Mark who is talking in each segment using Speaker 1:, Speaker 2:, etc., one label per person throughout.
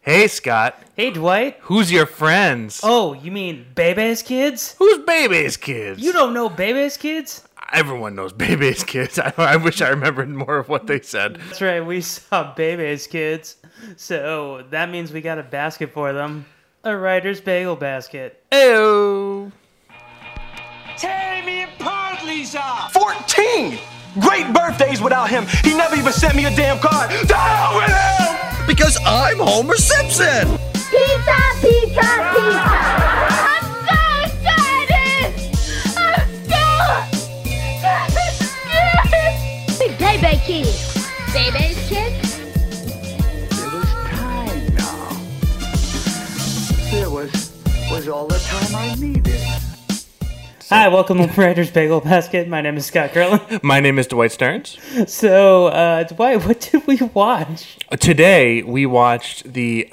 Speaker 1: Hey, Scott,
Speaker 2: Hey, Dwight.
Speaker 1: who's your friends?
Speaker 2: Oh, you mean Bebe's kids?
Speaker 1: Who's Bebe's kids?
Speaker 2: You don't know Bebe's kids?
Speaker 1: Everyone knows Bebe's kids. I, I wish I remembered more of what they said.
Speaker 2: That's right, we saw Bebe's kids. So that means we got a basket for them. A writer's bagel basket.
Speaker 1: Ew.
Speaker 3: Tear me apart, Lisa!
Speaker 4: 14! Great birthdays without him. He never even sent me a damn card. To hell with him! Because I'm Homer Simpson!
Speaker 5: Pizza, pizza, pizza. I'm so excited. I'm so scared. Big baby kid. Baby's kid.
Speaker 6: It is time now. There was was all the time I needed.
Speaker 2: Hi, welcome to Writer's Bagel Basket. My name is Scott Curlin.
Speaker 1: My name is Dwight Stearns.
Speaker 2: So, uh, Dwight, what did we watch?
Speaker 1: Today we watched the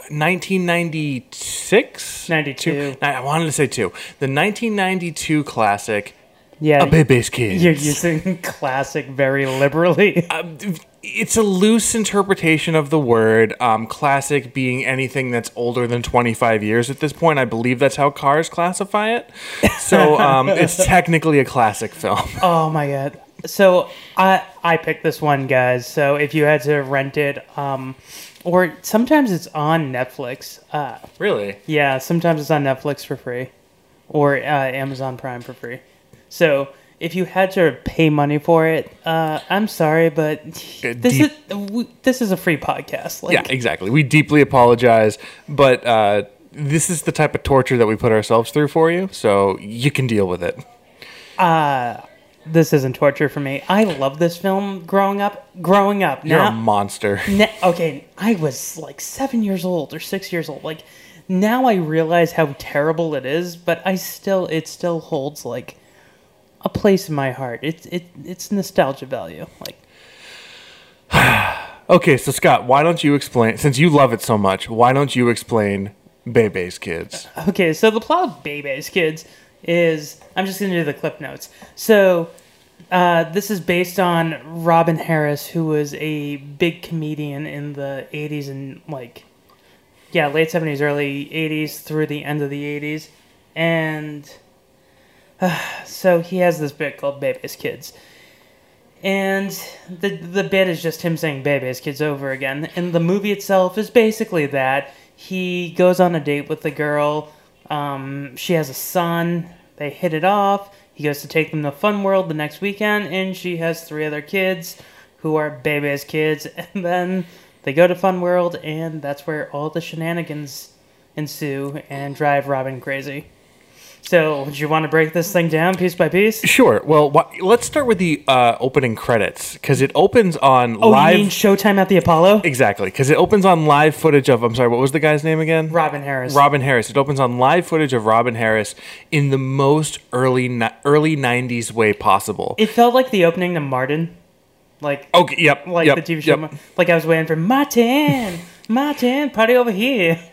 Speaker 1: 1996,
Speaker 2: 92.
Speaker 1: Two- I wanted to say two. The 1992 classic,
Speaker 2: Yeah,
Speaker 1: A Bebe's Kids.
Speaker 2: you're using classic very liberally.
Speaker 1: it's a loose interpretation of the word. Um, classic being anything that's older than 25 years at this point. I believe that's how cars classify it. So um, it's technically a classic film.
Speaker 2: Oh my god. So I I picked this one, guys. So if you had to rent it, um, or sometimes it's on Netflix. Uh,
Speaker 1: really?
Speaker 2: yeah, sometimes it's on Netflix for free, or uh, Amazon Prime for free. So if you had to pay money for it, uh, I'm sorry, but this
Speaker 1: deep-
Speaker 2: is w- this is a free podcast. Like,
Speaker 1: Uh, Yeah, exactly. We deeply apologize, but uh, this is the type of torture that we put ourselves through for you, so you can deal with it.
Speaker 2: this isn't torture for me. I love this film. Growing up, growing up.
Speaker 1: You're
Speaker 2: now,
Speaker 1: a monster.
Speaker 2: Ne- okay, I was like seven years old or six years old. Like now, I realize how terrible it is, but I still it still holds like a place in my heart. It's it it's nostalgia value. Like
Speaker 1: Okay, so Scott, why don't you explain? Since you love it so much, why don't you explain Bebe's Kids?
Speaker 2: okay, so the plot of Bebe's Kids is I'm just gonna do the clip notes. So uh, this is based on Robin Harris, who was a big comedian in the '80s and like yeah, late '70s, early '80s through the end of the '80s, and uh, so he has this bit called Baby's Kids. And the the bit is just him saying "baby's kids" over again, and the movie itself is basically that he goes on a date with the girl. Um, she has a son. They hit it off. He goes to take them to Fun World the next weekend, and she has three other kids who are baby's kids. And then they go to Fun World, and that's where all the shenanigans ensue and drive Robin crazy. So, do you want to break this thing down piece by piece?
Speaker 1: Sure. Well, wh- let's start with the uh, opening credits because it opens on
Speaker 2: Oh,
Speaker 1: live.
Speaker 2: you mean Showtime at the Apollo?
Speaker 1: Exactly, because it opens on live footage of. I'm sorry, what was the guy's name again?
Speaker 2: Robin Harris.
Speaker 1: Robin Harris. It opens on live footage of Robin Harris in the most early ni- early '90s way possible.
Speaker 2: It felt like the opening to Martin, like
Speaker 1: okay. Yep.
Speaker 2: like
Speaker 1: yep,
Speaker 2: the TV show.
Speaker 1: yep.
Speaker 2: Mar- Like I was waiting for Martin, Martin, party over here.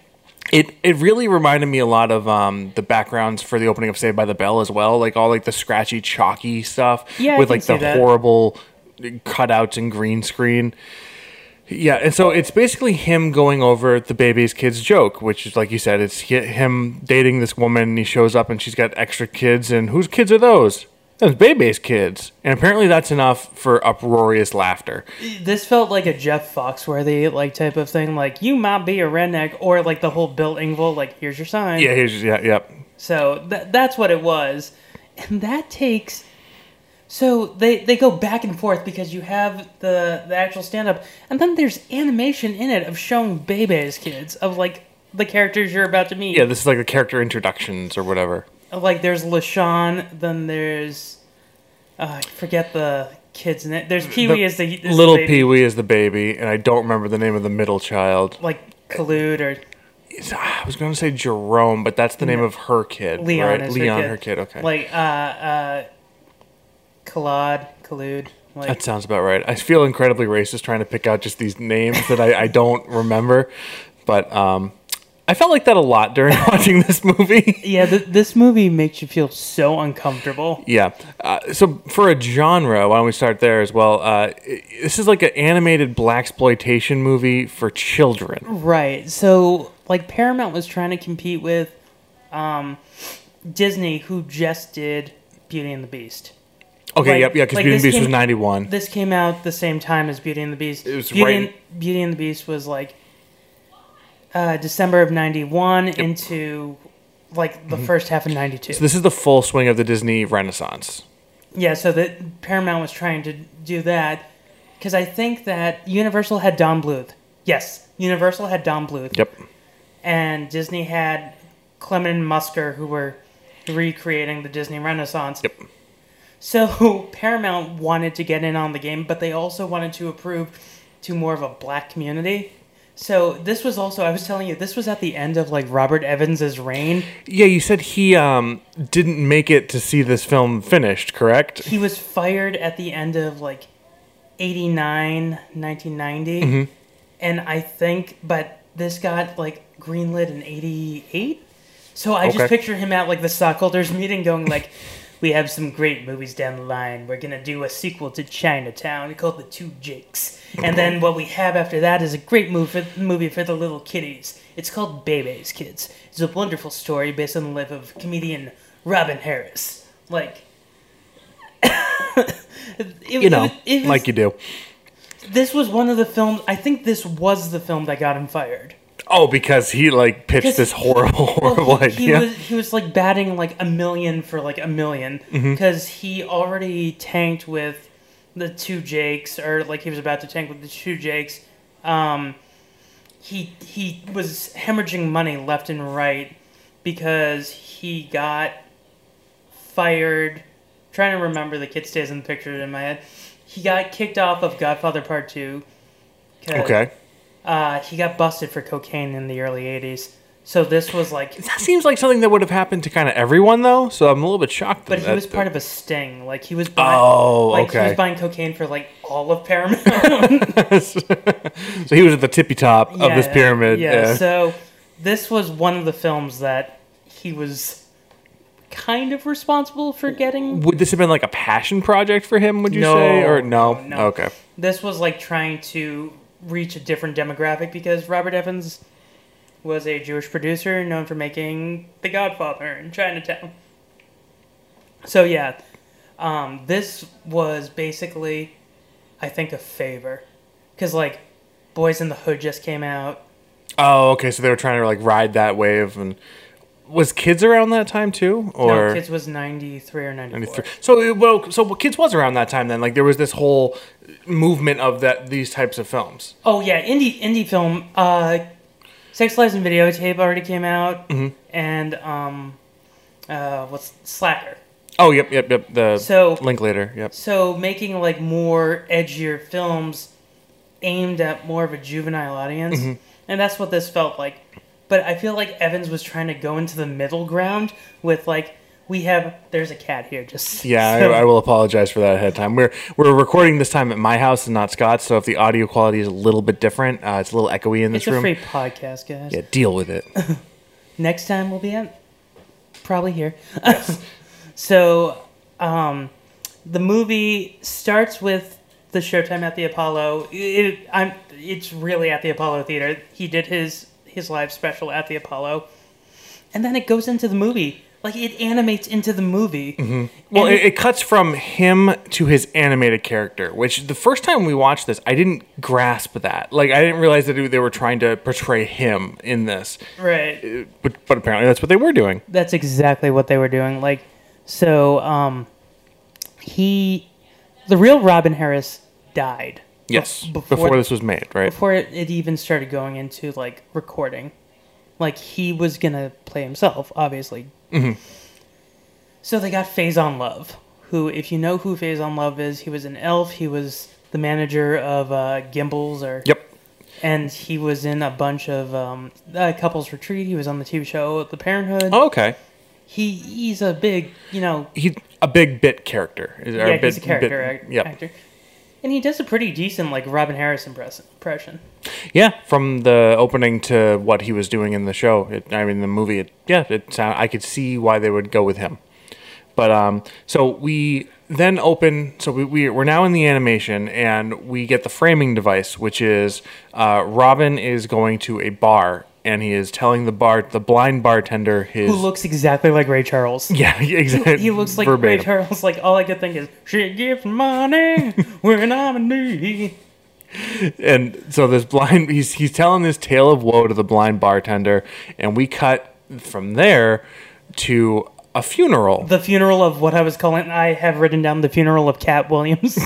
Speaker 1: It it really reminded me a lot of um, the backgrounds for the opening of Saved by the Bell as well, like all like the scratchy, chalky stuff
Speaker 2: Yeah, I
Speaker 1: with
Speaker 2: can
Speaker 1: like the
Speaker 2: see that.
Speaker 1: horrible cutouts and green screen. Yeah, and so it's basically him going over the baby's kids joke, which is like you said, it's hi- him dating this woman. And he shows up and she's got extra kids, and whose kids are those? Those baby's kids, and apparently that's enough for uproarious laughter.
Speaker 2: This felt like a Jeff Foxworthy like type of thing. Like you might be a redneck, or like the whole Bill Engvall. Like here's your sign.
Speaker 1: Yeah, here's, yeah, yep.
Speaker 2: So th- that's what it was, and that takes. So they they go back and forth because you have the the actual stand up, and then there's animation in it of showing baby's kids of like the characters you're about to meet.
Speaker 1: Yeah, this is like the character introductions or whatever.
Speaker 2: like there's LaShawn, then there's uh, I forget the kid's name. There's Pee Wee
Speaker 1: The-
Speaker 2: is the is the
Speaker 1: Little
Speaker 2: baby,
Speaker 1: Pee Wee is the baby, and I don't remember the name of the middle child.
Speaker 2: like Collude or
Speaker 1: It's- ah, I was going to say Jerome, but that's the name of her kid.
Speaker 2: Leon
Speaker 1: right?
Speaker 2: is
Speaker 1: Leon,
Speaker 2: her kid.
Speaker 1: Okay,
Speaker 2: Like uh uh, Collade, Collude. Like
Speaker 1: that sounds about right. I feel incredibly racist trying to pick out just these names that I, I don't remember, but um, I felt like that a lot during watching this movie.
Speaker 2: Yeah, th- this movie makes you feel so uncomfortable.
Speaker 1: Yeah. Uh, so for a genre, why don't we start there as well? Uh, i- this is like an animated black exploitation movie for children.
Speaker 2: Right. So, like, Paramount was trying to compete with um, Disney, who just did Beauty and the Beast.
Speaker 1: Okay.
Speaker 2: Like-
Speaker 1: yep. Yeah. Because
Speaker 2: like
Speaker 1: Beauty and
Speaker 2: this
Speaker 1: the Beast was
Speaker 2: came-
Speaker 1: ninety one.
Speaker 2: This came out the same time as Beauty and the Beast.
Speaker 1: It was
Speaker 2: Beauty,
Speaker 1: right-
Speaker 2: and, Beauty and the Beast was like uh, December of '91 into like the first half of '92.
Speaker 1: Mm-hmm. This is the full swing of the Disney Renaissance.
Speaker 2: yeah, so that Paramount was trying to do that because I think that Universal had Don Bluth. Yes, Universal had Don Bluth,
Speaker 1: Yep.
Speaker 2: and Disney had Clement and Musker, who were recreating the Disney Renaissance.
Speaker 1: Yep.
Speaker 2: So Paramount wanted to get in on the game, but they also wanted to approve to more of a black community. So this was also I was telling you this was at the end of like Robert Evans's reign.
Speaker 1: Yeah. You said he um, didn't make it to see this film finished, correct?
Speaker 2: He was fired at the end of like 89, 1990. And I think but this got like greenlit in 88. So I just
Speaker 1: Okay.
Speaker 2: picture him at like the stockholders meeting going like we have some great movies down the line. We're gonna do a sequel to Chinatown called The Two Jakes, and then what we have after that is a great move for, movie for the little kiddies. It's called Bebe's Kids. It's a wonderful story based on the life of comedian Robin Harris. Like, it,
Speaker 1: You know,
Speaker 2: it was-
Speaker 1: like you do.
Speaker 2: this was one of the films. I think this was the film that got him fired.
Speaker 1: Oh, because he like pitched this horrible, horrible
Speaker 2: Well, he, he
Speaker 1: idea.
Speaker 2: was he was like batting like a million for like a million because he already tanked with the two Jakes or like he was about to tank with the two Jakes. Um, he he was hemorrhaging money left and right because he got fired. Trying to remember the kid stays in the picture in my head. He got kicked off of Godfather Part Two. 'cause,
Speaker 1: okay.
Speaker 2: Uh, he got busted for cocaine in the early '80s. So this was like
Speaker 1: That seems like something that would have happened to kind of everyone, though. So I'm a little bit shocked.
Speaker 2: But
Speaker 1: that
Speaker 2: he was
Speaker 1: that-
Speaker 2: part of a sting. Like he was buying,
Speaker 1: Oh,
Speaker 2: like he
Speaker 1: okay.
Speaker 2: was buying cocaine for like all of Paramount
Speaker 1: So he was at the tippy top of this
Speaker 2: Yeah,
Speaker 1: pyramid.
Speaker 2: Yeah.
Speaker 1: yeah.
Speaker 2: So this was one of the films that he was kind of responsible for getting.
Speaker 1: Would this have been like a passion project for him? Would you
Speaker 2: No,
Speaker 1: say or no?
Speaker 2: no.
Speaker 1: Okay.
Speaker 2: This was like trying to reach a different demographic because Robert Evans was a Jewish producer known for making The Godfather and Chinatown. So yeah, um, this was basically, I think, a favor, because like, Boys in the Hood just came out.
Speaker 1: Oh, okay. So they were trying to like ride that wave, and was kids around that time too, or
Speaker 2: no, Kids was ninety three or ninety four.
Speaker 1: 93? So it, well, so well, kids was around that time then. Like there was this whole movement of that these types of films.
Speaker 2: Oh yeah, indie indie film. Uh, Sex Lies and Videotape already came out,
Speaker 1: Mm-hmm.
Speaker 2: and um, uh, what's Slacker?
Speaker 1: Oh, yep, yep, yep. The
Speaker 2: So-
Speaker 1: Linklater, yep.
Speaker 2: So making like more edgier films aimed at more of a juvenile audience,
Speaker 1: Mm-hmm.
Speaker 2: and that's what this felt like. But I feel like Evans was trying to go into the middle ground with like we have there's a cat here just
Speaker 1: Yeah,
Speaker 2: so-
Speaker 1: I, I will apologize for that ahead of time. We're we're recording this time at my house and not Scott's, so if the audio quality is a little bit different, uh, it's a little echoey in this
Speaker 2: it's a
Speaker 1: room.
Speaker 2: free podcast, guys.
Speaker 1: yeah, deal with it.
Speaker 2: next time we'll be at probably here. so, um, the movie starts with the showtime at the Apollo. It, I'm, it's really at the Apollo Theater. He did his his live special at the Apollo, and then it goes into the movie. Like it animates into the movie.
Speaker 1: Mm-hmm. Well,
Speaker 2: And
Speaker 1: it, it cuts from him to his animated character, which the first time we watched this, I didn't grasp that. Like, I didn't realize that they were trying to portray him in this,
Speaker 2: right.
Speaker 1: but, but apparently that's what they were doing.
Speaker 2: that's exactly what they were doing. Like, so um, he, the real Robin Harris died
Speaker 1: Yes,
Speaker 2: before-
Speaker 1: before, this was made, right?
Speaker 2: before it, it even started going into like recording. Like he was gonna play himself, obviously.
Speaker 1: Mm-hmm.
Speaker 2: So they got Phase on Love, who, if you know who Phase on Love is, he was an elf. He was the manager of uh, Gimbals, or
Speaker 1: yep.
Speaker 2: and he was in a bunch of um, uh, couples retreat. He was on the TV show The Parenthood.
Speaker 1: Oh, okay.
Speaker 2: He he's a big, you know,
Speaker 1: He's a big bit character. Is- or
Speaker 2: yeah,
Speaker 1: bit-
Speaker 2: he's a character
Speaker 1: bit-
Speaker 2: act-
Speaker 1: yep.
Speaker 2: actor. And he does a pretty decent like Robin Harris impress- impression.
Speaker 1: Yeah, from the opening to what he was doing in the show. It, I mean, the movie. It, yeah, it sound, I could see why they would go with him. But um, so we then open. So we, we we're now in the animation, and we get the framing device, which is uh, Robin is going to a bar, and he is telling the bar the blind bartender his.
Speaker 2: Who looks exactly like Ray Charles.
Speaker 1: yeah, exactly.
Speaker 2: He looks like Ray
Speaker 1: verbatim.
Speaker 2: Charles. Like all I could think is, "She gives money when I'm in need."
Speaker 1: and so this blind he's he's telling this tale of woe to the blind bartender and we cut from there to a funeral
Speaker 2: The funeral of what I was calling. I have written down the funeral of Cat Williams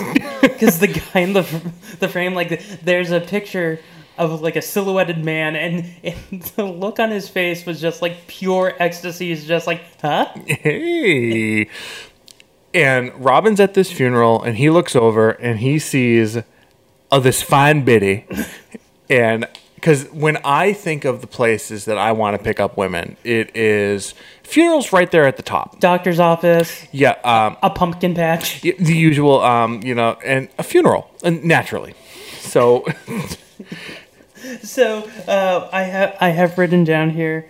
Speaker 2: because the guy in the fr- the frame, like, there's a picture of like a silhouetted man, and, and the look on his face was just like pure ecstasy. He's just like, huh?
Speaker 1: hey and robin's at this funeral and he looks over and he sees oh this fine biddy and because when i think of the places that i want to pick up women it is funerals right there at the top
Speaker 2: Doctor's office,
Speaker 1: yeah um,
Speaker 2: a pumpkin patch.
Speaker 1: y- the usual, um, you know, and a funeral, and naturally. So,
Speaker 2: So uh, I have I have written down here.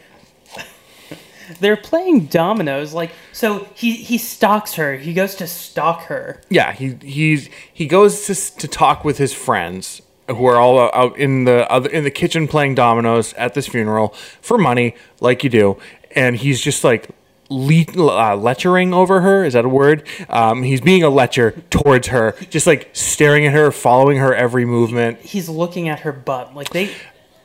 Speaker 2: They're playing dominoes, like so. He he stalks her. He goes to stalk her.
Speaker 1: yeah, he he's he goes to s- to talk with his friends who are all out in the other in the kitchen playing dominoes at this funeral for money, like you do, and he's just like. Le- uh, lechuring over her is that a word um, he's being a lecher towards her just like staring at her following her every movement
Speaker 2: He's looking at her butt. Like they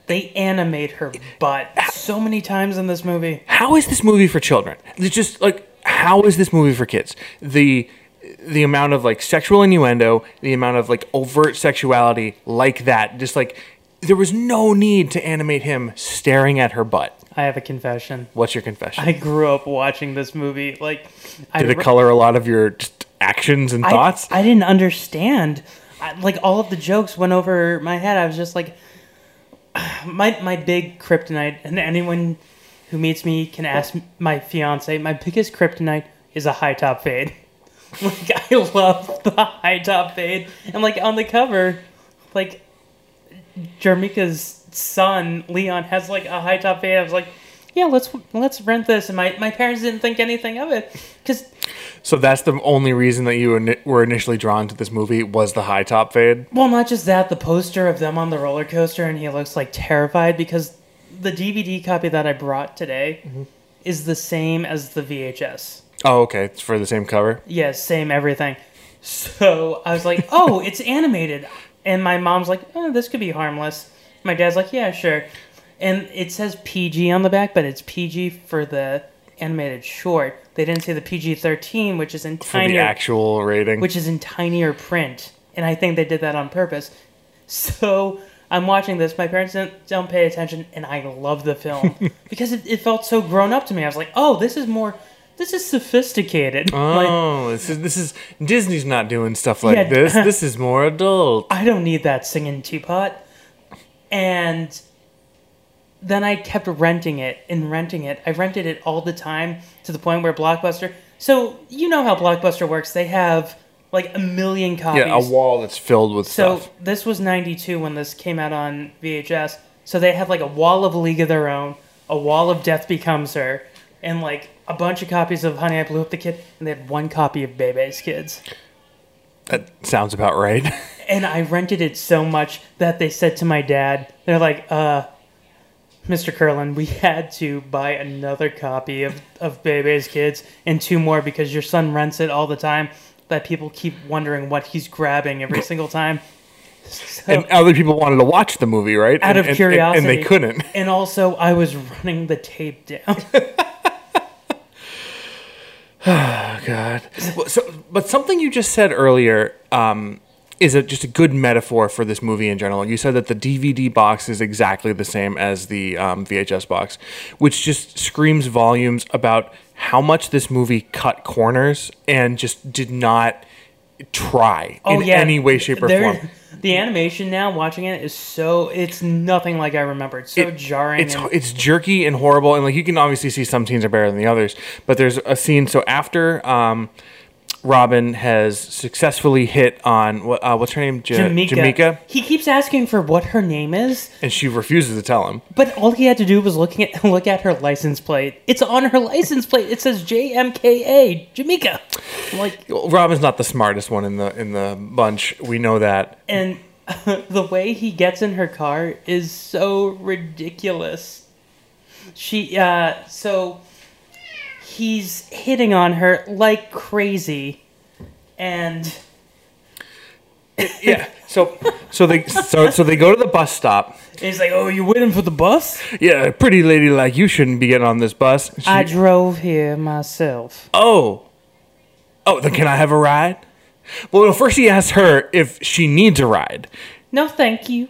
Speaker 2: they animate her butt so many times in this movie.
Speaker 1: how is this movie for children? It's just like how is this movie for kids? The the amount of like sexual innuendo, the amount of like overt sexuality like that, just like there was no need to animate him staring at her butt.
Speaker 2: I have a confession.
Speaker 1: What's your confession?
Speaker 2: I grew up watching this movie. Like I
Speaker 1: Did it
Speaker 2: re-
Speaker 1: color a lot of your just actions and
Speaker 2: I-
Speaker 1: thoughts?
Speaker 2: I, didn't understand. I, like all of the jokes went over my head. I was just like, my my big kryptonite, and anyone who meets me can ask my fiance. My biggest kryptonite is a high top fade. Like I love the high top fade, and like on the cover, like Jermika's son Leon has like a high top fade. I was like. Yeah, let's let's rent this, and my, my parents didn't think anything of it because
Speaker 1: so that's the only reason that you ini- were initially drawn to this movie was the high top fade.
Speaker 2: Well, not just that, the poster of them on the roller coaster and he looks like terrified because the DVD copy that I brought today
Speaker 1: Mm-hmm.
Speaker 2: is the same as the VHS.
Speaker 1: Oh, okay, it's for the same cover.
Speaker 2: Yeah, same everything. So I was like, oh, it's animated. And my mom's like, oh, this could be harmless. My dad's like, yeah, sure. And it says PG on the back, but it's PG for the animated short. They didn't say the PG 13, which is in
Speaker 1: For the
Speaker 2: tiny
Speaker 1: actual rating,
Speaker 2: which is in tinier print, and I think they did that on purpose. So I'm watching this. My parents don't, don't pay attention, and I love the film because it, it felt so grown up to me. I was like, "Oh, this is more, this is sophisticated." Like,
Speaker 1: Oh, this is this is Disney's not doing stuff like
Speaker 2: Yeah.
Speaker 1: this. This is more adult.
Speaker 2: I don't need that singing teapot. And then I kept renting it and renting it. I rented it all the time to the point where Blockbuster. So you know how Blockbuster works. They have like a million copies.
Speaker 1: Yeah, a wall that's filled with
Speaker 2: So
Speaker 1: stuff.
Speaker 2: this was '92 when this came out on VHS. So they had like a wall of League of Their Own, a wall of Death Becomes Her, and like a bunch of copies of Honey I Blew Up the Kid, and they had one copy of Bebe's Kids.
Speaker 1: That sounds about right.
Speaker 2: And I rented it so much that they said to my dad, they're like, uh, Mr. Curlin, we had to buy another copy of, of Bebe's Kids and two more because your son rents it all the time that people keep wondering what he's grabbing every single time. So-
Speaker 1: and other people wanted to watch the movie, right?
Speaker 2: out
Speaker 1: And-
Speaker 2: of
Speaker 1: and- and-
Speaker 2: curiosity,
Speaker 1: and, they couldn't.
Speaker 2: And also, I was running the tape down.
Speaker 1: Oh God. Well, So, but something you just said earlier um, is a, just a good metaphor for this movie in general. You said that the DVD box is exactly the same as the um, VHS box, which just screams volumes about how much this movie cut corners and just did not try in any way, shape, or
Speaker 2: Oh, There-
Speaker 1: form.
Speaker 2: The animation now, watching it, is so it's nothing like I remember. It's so
Speaker 1: It-
Speaker 2: jarring.
Speaker 1: It's
Speaker 2: and-
Speaker 1: it's jerky and horrible, and like you can obviously see some scenes are better than the others. But there's a scene. So after um, Robin has successfully hit on what uh, what's her name, Ja-
Speaker 2: Jamaica.
Speaker 1: Jamaica,
Speaker 2: He keeps asking for what her name is,
Speaker 1: and she refuses to tell him.
Speaker 2: but all he had to do was looking at look at her license plate. It's on her license plate. It says JMKA Jamaica. I'm like
Speaker 1: Robin's not the smartest one in the in the bunch. We know that.
Speaker 2: and the way he gets in her car is so ridiculous. She uh so he's hitting on her like crazy and
Speaker 1: Yeah. So so they so so they go to the bus stop.
Speaker 2: he's like, "Oh, you waiting for the bus?"
Speaker 1: Yeah, a pretty lady like you shouldn't be getting on this bus. And she-
Speaker 2: I drove here myself.
Speaker 1: oh, oh, then can I have a ride? Well, no, first he asks her if she needs a ride.
Speaker 2: No, thank you.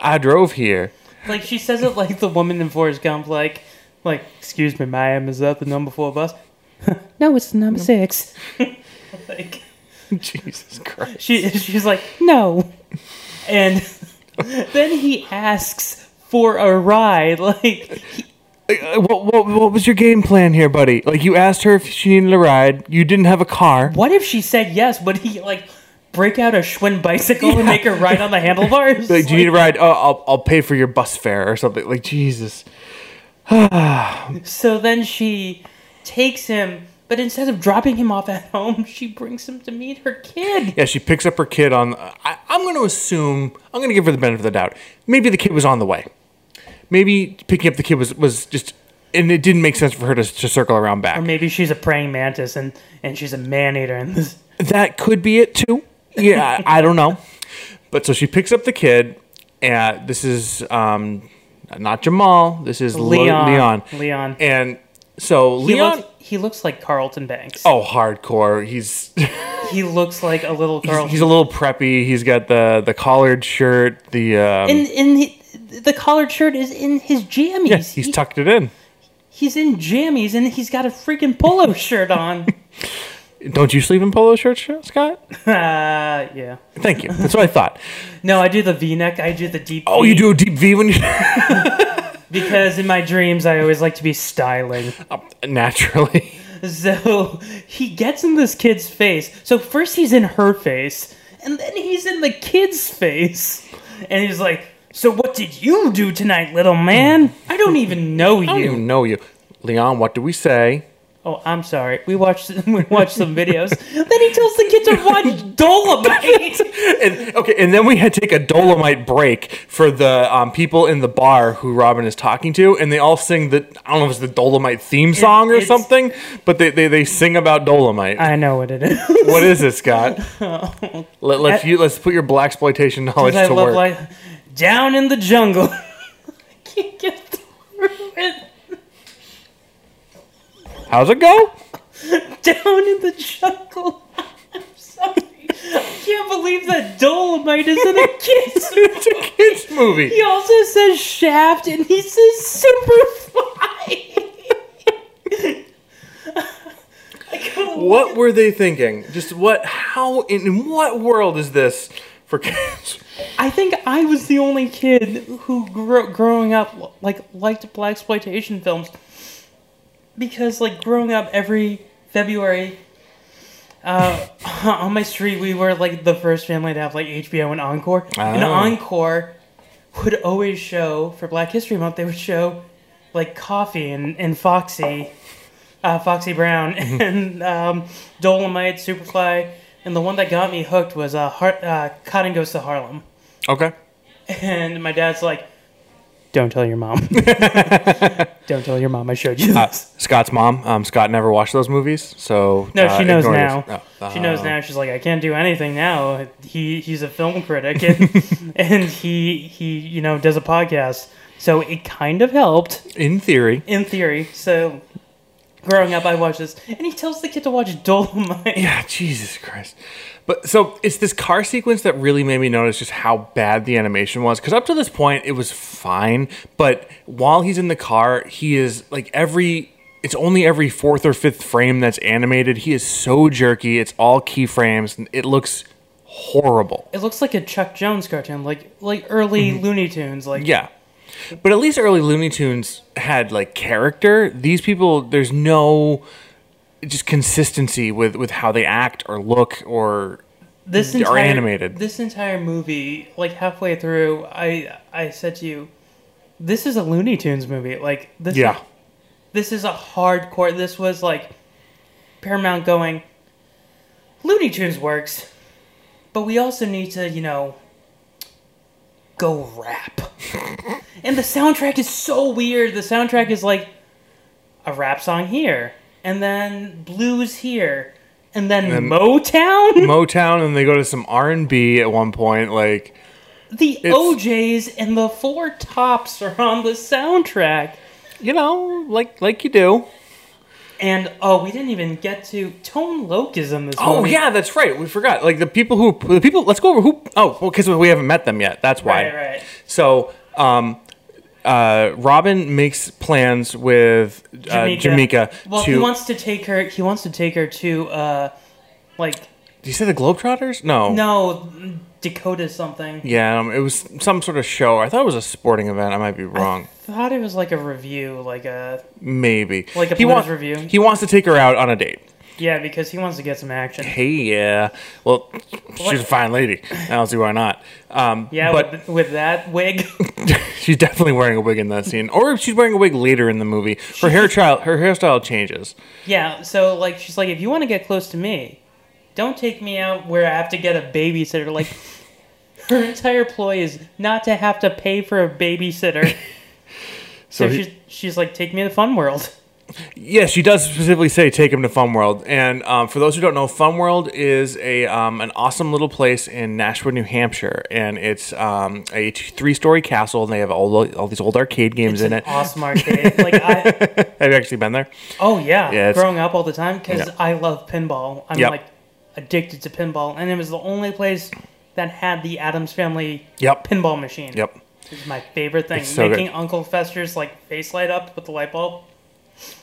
Speaker 1: I drove here.
Speaker 2: Like she says it like the woman in Forrest Gump, like, like, excuse me, ma'am, is that the number four bus? no, it's the number six. like
Speaker 1: Jesus Christ.
Speaker 2: she, she's like, no, and then he asks for a ride. Like,
Speaker 1: Uh, What, what, what was your game plan here, buddy? Like, you asked her if she needed a ride. You didn't have a car.
Speaker 2: what if she said yes? Would he like break out a Schwinn bicycle and make her ride on the handlebars?
Speaker 1: Like, do you need a ride? Oh, I'll, I'll pay for your bus fare or something. Like, Jesus.
Speaker 2: So then she takes him, but instead of dropping him off at home, she brings him to meet her kid.
Speaker 1: Yeah, she picks up her kid on. I, I'm going to assume. I'm going to give her the benefit of the doubt. Maybe the kid was on the way. Maybe picking up the kid was, was just. And it didn't make sense for her to, to circle around back.
Speaker 2: Or maybe she's a praying mantis and, and she's a man eater and this
Speaker 1: that could be it too. Yeah, I, I don't know. But so she picks up the kid, and this is um, not Jamal. This is Le-
Speaker 2: Leon.
Speaker 1: Leon.
Speaker 2: Leon.
Speaker 1: And so
Speaker 2: he
Speaker 1: Leon.
Speaker 2: looks he looks like Carlton Banks.
Speaker 1: oh, hardcore. He's
Speaker 2: He looks like a little girl.
Speaker 1: he's a little preppy. He's got the the collared shirt. The um,
Speaker 2: in in the, the collared shirt is in his jammies.
Speaker 1: yeah, he's
Speaker 2: He-
Speaker 1: tucked it in.
Speaker 2: he's in jammies and he's got a freaking polo shirt on.
Speaker 1: Don't you sleep in polo shirts, Scott?
Speaker 2: Uh, yeah.
Speaker 1: Thank you. That's what I thought.
Speaker 2: No, I do the V neck. I do the deep.
Speaker 1: Oh,
Speaker 2: V
Speaker 1: you do a deep V when you
Speaker 2: because in my dreams I always like to be styling.
Speaker 1: naturally.
Speaker 2: So he gets in this kid's face. So first he's in her face, and then he's in the kid's face. And he's like, So what did you do tonight, little man? I don't even know
Speaker 1: I don't
Speaker 2: you.
Speaker 1: even know you, Leon. What do we say?
Speaker 2: Oh, I'm sorry. We watched we watched some videos. then he tells the kid to watch Dolomite.
Speaker 1: and, okay, and then we had to take a Dolomite break for the um, people in the bar who Robin is talking to, and they all sing the I don't know if it's the Dolomite theme song or
Speaker 2: it's-
Speaker 1: something, but they, they, they sing about Dolomite.
Speaker 2: I know what it is.
Speaker 1: what is it, Scott? Let, let's
Speaker 2: I-
Speaker 1: you, let's put your black exploitation knowledge
Speaker 2: I
Speaker 1: to
Speaker 2: love
Speaker 1: work.
Speaker 2: like down in the jungle. I can't get through it.
Speaker 1: How's it go?
Speaker 2: down in the jungle. I'm sorry. I can't believe that Dolomite is in a kid's
Speaker 1: It's a kids movie.
Speaker 2: He also says Shaft and he says Superfly.
Speaker 1: What were they thinking? Just what? How in, in what world is this for kids?
Speaker 2: I think I was the only kid who grew growing up like liked black exploitation films because like growing up every February uh, on my street we were like the first family to have like HBO and Encore and
Speaker 1: Oh.
Speaker 2: Encore would always show for Black History Month they would show like Coffee and, and Foxy uh, Foxy Brown and um, Dolomite Superfly and the one that got me hooked was uh, Har- uh, Cotton Goes to Harlem
Speaker 1: Okay.
Speaker 2: and my dad's like, "Don't tell your mom. Don't tell your mom I showed you this."
Speaker 1: Uh, Scott's mom. Um, Scott never watched those movies, so
Speaker 2: no,
Speaker 1: uh,
Speaker 2: she knows
Speaker 1: ignore this.
Speaker 2: now.
Speaker 1: Oh, uh,
Speaker 2: she knows now. She's like, "I can't do anything now. He he's a film critic, and, and he he you know does a podcast." So it kind of helped
Speaker 1: In theory,
Speaker 2: in theory. So growing up, I watched this, and he tells the kid to watch Dolomite.
Speaker 1: Yeah, Jesus Christ. But so it's this car sequence that really made me notice just how bad the animation was. Because up to this point, it was fine. But while he's in the car, he is like every. It's only every fourth or fifth frame that's animated. He is so jerky. It's all keyframes. and It looks horrible.
Speaker 2: It looks like a Chuck Jones cartoon, like like early Looney Tunes, like
Speaker 1: Yeah. But at least early Looney Tunes had like character. These people, there's no just consistency with with how they act or look or
Speaker 2: this
Speaker 1: They're
Speaker 2: entire
Speaker 1: animated.
Speaker 2: This entire movie, like halfway through, I I said to you, this is a Looney Tunes movie. Like this,
Speaker 1: yeah.
Speaker 2: this is a hardcore. This was like Paramount going. Looney Tunes works, but we also need to, you know, go rap. and the soundtrack is so weird. The soundtrack is like a rap song here, and then blues here, and then Motown.
Speaker 1: Motown and they go to some R and B at one point. Like
Speaker 2: The OJs and the Four Tops are on the soundtrack.
Speaker 1: you know, like like you do.
Speaker 2: And oh, we didn't even get to Tone Loc is in this
Speaker 1: Oh
Speaker 2: movie.
Speaker 1: yeah, that's right. We forgot. Like the people who the people. Let's go over who. Oh, well, because we haven't met them yet. That's why.
Speaker 2: Right, right.
Speaker 1: So, um, uh, Robin makes plans with uh, Jamaica,
Speaker 2: Well,
Speaker 1: to.
Speaker 2: he wants to take her. He wants to take her to, uh, like
Speaker 1: did you say the Globetrotters? No.
Speaker 2: no Dakota something.
Speaker 1: Yeah, um, it was some sort of show. I thought it was a sporting event. I might be wrong.
Speaker 2: Thought it was like a review, like a
Speaker 1: Maybe.
Speaker 2: Like a
Speaker 1: he
Speaker 2: Blues
Speaker 1: wants
Speaker 2: review?
Speaker 1: He wants to take her out on a date.
Speaker 2: yeah, because he wants to get some action.
Speaker 1: Hey, yeah. Well, she's a fine lady. I don't see why not. Um,
Speaker 2: Yeah,
Speaker 1: but
Speaker 2: with, with that wig,
Speaker 1: she's definitely wearing a wig in that scene, or she's wearing a wig later in the movie. Her hair trial, her hairstyle changes.
Speaker 2: yeah. So like, she's like, if you want to get close to me, don't take me out where I have to get a babysitter. Like, her entire ploy is not to have to pay for a babysitter.
Speaker 1: So,
Speaker 2: So
Speaker 1: he-
Speaker 2: she's, she's like, take me to Fun World.
Speaker 1: yeah, she does specifically say take him to Fun World. And um, for those who don't know, Fun World is a um, an awesome little place in Nashua, New Hampshire, and it's um, a three story castle, and they have all all these old arcade games
Speaker 2: It's
Speaker 1: in
Speaker 2: an
Speaker 1: it.
Speaker 2: awesome arcade. Like I,
Speaker 1: Have you actually been there?
Speaker 2: oh yeah,
Speaker 1: Yeah, it's-
Speaker 2: growing up all the time because
Speaker 1: Yeah.
Speaker 2: I love pinball. I'm
Speaker 1: Yep.
Speaker 2: like addicted to pinball, and it was the only place that had the Adams Family
Speaker 1: Yep.
Speaker 2: pinball machine.
Speaker 1: Yep.
Speaker 2: it's my favorite thing.
Speaker 1: It's so
Speaker 2: Making
Speaker 1: good.
Speaker 2: Uncle Fester's like face light up with the light bulb.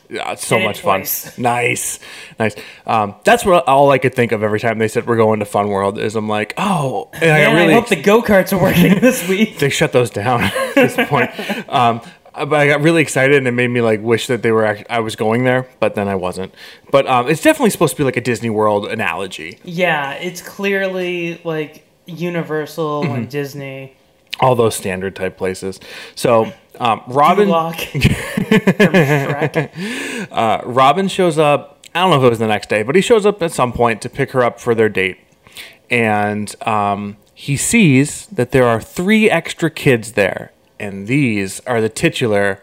Speaker 1: Yeah, it's so
Speaker 2: Did it
Speaker 1: much fun.
Speaker 2: twice.
Speaker 1: Nice, nice. Um, that's what all I could think of every time they said we're going to Fun World is I'm like, oh, and I got
Speaker 2: Man,
Speaker 1: really
Speaker 2: I hope the go karts are working this week.
Speaker 1: they shut those down at this point. Um, but I got really excited, and it made me like wish that they were. Act- I was going there, but then I wasn't. But um, it's definitely supposed to be like a Disney World analogy.
Speaker 2: Yeah, it's clearly like Universal and Disney.
Speaker 1: All those standard type places. So um, Robin,
Speaker 2: Lock. from Shrek.
Speaker 1: Robin shows up. I don't know if it was the next day, but he shows up at some point to pick her up for their date, and um, he sees that there are three extra kids there, and these are the titular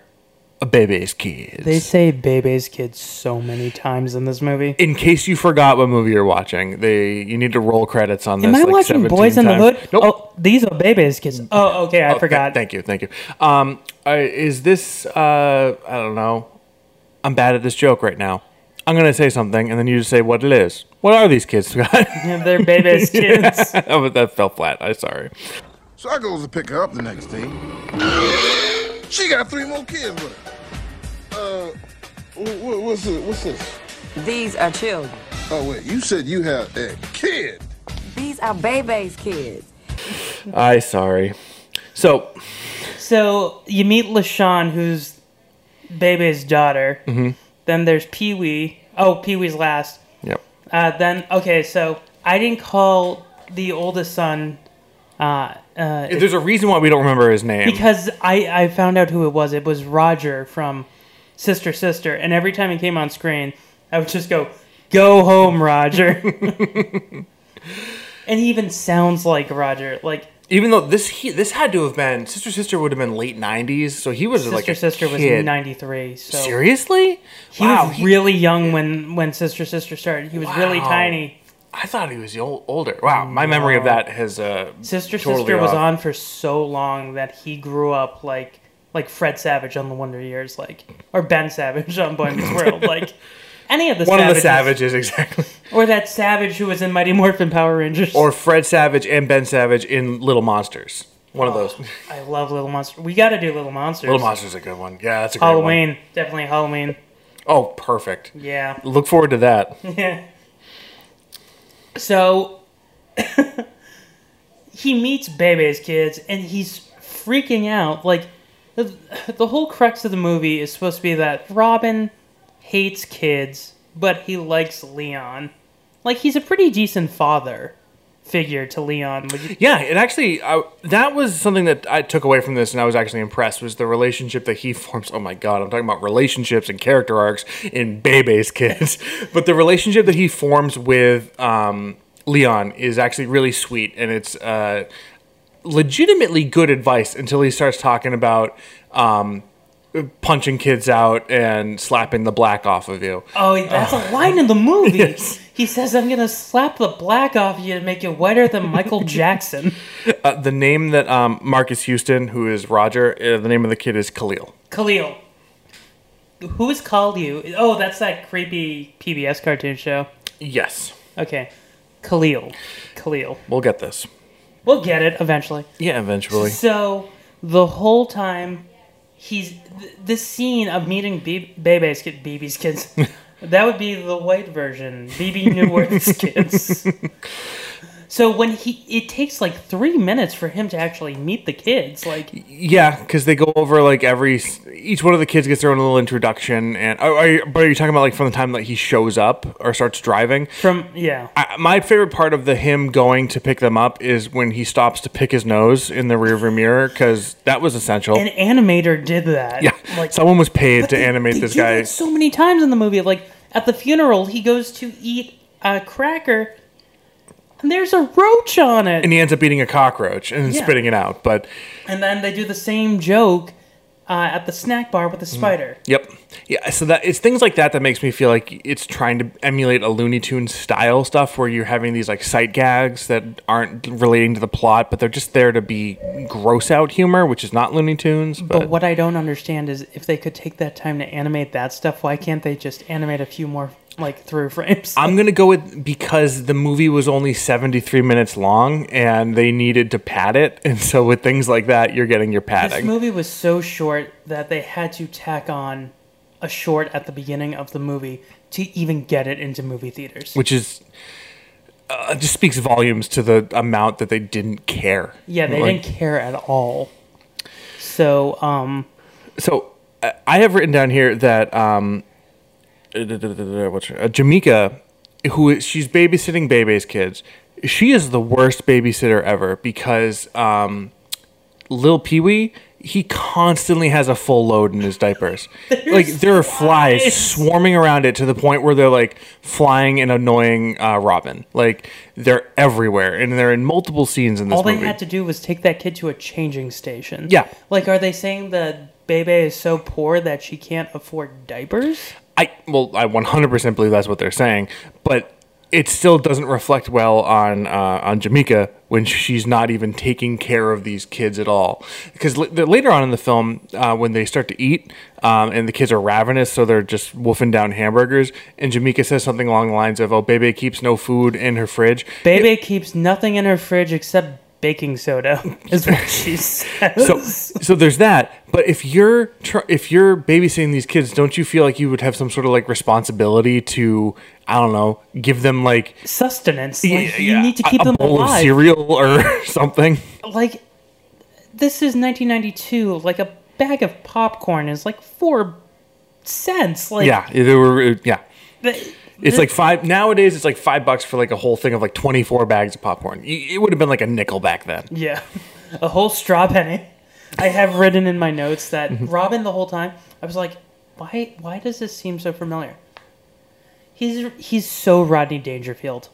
Speaker 1: baby's kids.
Speaker 2: They say Bebe's kids so many times in this movie.
Speaker 1: in case you forgot what movie you're watching, they you need to roll credits on this.
Speaker 2: Am I
Speaker 1: like,
Speaker 2: watching
Speaker 1: 17
Speaker 2: Boys in the
Speaker 1: times.
Speaker 2: Hood?
Speaker 1: Nope.
Speaker 2: Oh, these are Bebe's kids. Oh, okay, I
Speaker 1: Oh, th-
Speaker 2: forgot.
Speaker 1: thank you, thank you. Um, I- is this? Uh, I don't know. I'm bad at this joke right now. I'm gonna say something, and then you just say what it is. What are these kids, Scott?
Speaker 2: They're Bebe's kids.
Speaker 1: oh, but that fell flat. I'm sorry.
Speaker 7: So I goes to pick her up the next day. She got three more kids with her. Uh, wh- wh- what's this? What's this?
Speaker 8: These are children.
Speaker 7: Oh wait, you said you have a kid.
Speaker 8: These are Bebe's kids.
Speaker 1: I sorry. So
Speaker 2: so you meet LaShawn, who's Bebe's daughter. Mm-hmm. Then there's Pee Wee. Oh, Pee Wee's last.
Speaker 1: yep.
Speaker 2: Uh, then okay, so I didn't call the oldest son uh, uh,
Speaker 1: There's a reason why we don't remember his name.
Speaker 2: because I, I found out who it was. It was Roger from Sister Sister, and every time he came on screen, I would just go, "Go home, Roger." and he even sounds like Roger. Like
Speaker 1: Even though this he, this had to have been sister sister would have been late '90s, so he was
Speaker 2: Sister
Speaker 1: like a
Speaker 2: Sister
Speaker 1: kid.
Speaker 2: was ninety three. So
Speaker 1: Seriously?
Speaker 2: he was really young when when Sister Sister started. He was really
Speaker 1: Wow.
Speaker 2: tiny.
Speaker 1: I thought he was ol- older. Wow, my memory of that has uh,
Speaker 2: Sister
Speaker 1: totally
Speaker 2: Sister was
Speaker 1: off.
Speaker 2: on for so long that he grew up like like Fred Savage on the Wonder Years, like or Ben Savage on Boy Meets World, like any of the
Speaker 1: One of the
Speaker 2: Savages.
Speaker 1: Savages, exactly.
Speaker 2: Or that Savage who was in Mighty Morphin Power Rangers.
Speaker 1: Or Fred Savage and Ben Savage in Little Monsters. One of those.
Speaker 2: I love Little Monster. We got to do Little Monsters.
Speaker 1: Little Monsters is a good one. Yeah, that's a good
Speaker 2: Halloween, definitely Halloween.
Speaker 1: Oh, perfect.
Speaker 2: Yeah.
Speaker 1: Look forward to that.
Speaker 2: So he meets Bebe's kids and he's freaking out. Like the, the whole crux of the movie is supposed to be that Robin hates kids but he likes Leon. Like he's a pretty decent father figure to Leon. Would you?
Speaker 1: Yeah, it actually I, that was something that I took away from this, and I was actually impressed was the relationship that he forms. Oh my god, I'm talking about relationships and character arcs in Bebe's kids, but the relationship that he forms with um, Leon is actually really sweet, and it's uh, legitimately good advice until he starts talking about. Um, punching kids out and slapping the black off of you.
Speaker 2: Oh, that's a line in the movie. He says, "I'm gonna slap the black off you to make you whiter than Michael Jackson."
Speaker 1: Uh, the name that um, Marcus Houston, who is Roger, uh, the name of the kid is Khalil.
Speaker 2: Khalil. Who has called you? Oh, that's that creepy PBS cartoon show.
Speaker 1: Yes,
Speaker 2: Okay. Khalil. Khalil.
Speaker 1: we'll get this.
Speaker 2: We'll get it eventually.
Speaker 1: Yeah, eventually.
Speaker 2: So the whole time, he's th- this scene of meeting B- Bebe's kid, BB's kids. that would be the white version, BB New Earth's kids. So when he, it takes like three minutes for him to actually meet the kids. Like,
Speaker 1: Yeah, because they go over like every each one of the kids gets their own little introduction, and are, are you, but are you talking about like from the time that he shows up or starts driving?
Speaker 2: from yeah,
Speaker 1: I, my favorite part of the him going to pick them up is when he stops to pick his nose in the rearview mirror because that was essential.
Speaker 2: an animator did that.
Speaker 1: yeah,
Speaker 2: like
Speaker 1: someone was paid
Speaker 2: But
Speaker 1: to
Speaker 2: they-
Speaker 1: animate
Speaker 2: they
Speaker 1: this
Speaker 2: do that
Speaker 1: guy.
Speaker 2: so many times in the movie. Like at the funeral, he goes to eat a cracker, and there's a roach on it.
Speaker 1: and he ends up eating a cockroach and
Speaker 2: Yeah.
Speaker 1: spitting it out. But
Speaker 2: And then they do the same joke uh, at the snack bar with the spider.
Speaker 1: Yep. Yeah. So that it's things like that that makes me feel like it's trying to emulate a Looney Tunes style stuff where you're having these like sight gags that aren't relating to the plot, but they're just there to be gross out humor, which is not Looney Tunes. But,
Speaker 2: But what I don't understand is if they could take that time to animate that stuff, why can't they just animate a few more like through frames?
Speaker 1: I'm gonna go with because the movie was only 73 minutes long and they needed to pad it, and so with things like that, you're getting your
Speaker 2: this
Speaker 1: padding.
Speaker 2: movie was so short that they had to tack on a short at the beginning of the movie to even get it into movie theaters.
Speaker 1: which is uh, just speaks volumes to the amount that they didn't care.
Speaker 2: Yeah, they
Speaker 1: Like-
Speaker 2: didn't care at all. So, um,
Speaker 1: So I- I have written down here that um, what's her, uh, Jamaica, who is, she's babysitting Bebe's kids. She is the worst babysitter ever because um, Lil Pee Wee he constantly has a full load in his diapers. like there are flies swarming around it to the point where they're like flying and annoying uh, Robin. Like they're everywhere and they're in multiple scenes in this
Speaker 2: all they
Speaker 1: movie.
Speaker 2: had to do was take that kid to a changing station.
Speaker 1: Yeah.
Speaker 2: Like, are they saying that Bebe is so poor that she can't afford diapers?
Speaker 1: I well, I 100% believe that's what they're saying, but it still doesn't reflect well on uh, on Jamaica when she's not even taking care of these kids at all. Because l- later on in the film, uh, when they start to eat um, and the kids are ravenous, so they're just wolfing down hamburgers, and Jamaica says something along the lines of, "Oh, Bebe keeps no food in her fridge."
Speaker 2: Bebe keeps nothing in her fridge except baking soda, is what she says.
Speaker 1: so so there's that but if you're tr- if you're babysitting these kids don't you feel like you would have some sort of like responsibility to i don't know give them like
Speaker 2: Sustenance. Like,
Speaker 1: Yeah,
Speaker 2: you
Speaker 1: yeah.
Speaker 2: need to
Speaker 1: A-
Speaker 2: keep
Speaker 1: a
Speaker 2: them
Speaker 1: bowl of
Speaker 2: alive.
Speaker 1: cereal or something.
Speaker 2: like, this is 1992. Like, a bag of popcorn is like four cents. Like,
Speaker 1: Yeah, there were yeah.
Speaker 2: th-
Speaker 1: It's like five nowadays. It's like five bucks for like a whole thing of like twenty four bags of popcorn. Y- It would have been like a nickel back then.
Speaker 2: Yeah, a whole straw penny. I have written in my notes that
Speaker 1: Mm-hmm.
Speaker 2: Robin the whole time. I was like, why? Why does this seem so familiar? He's he's so Rodney Dangerfield.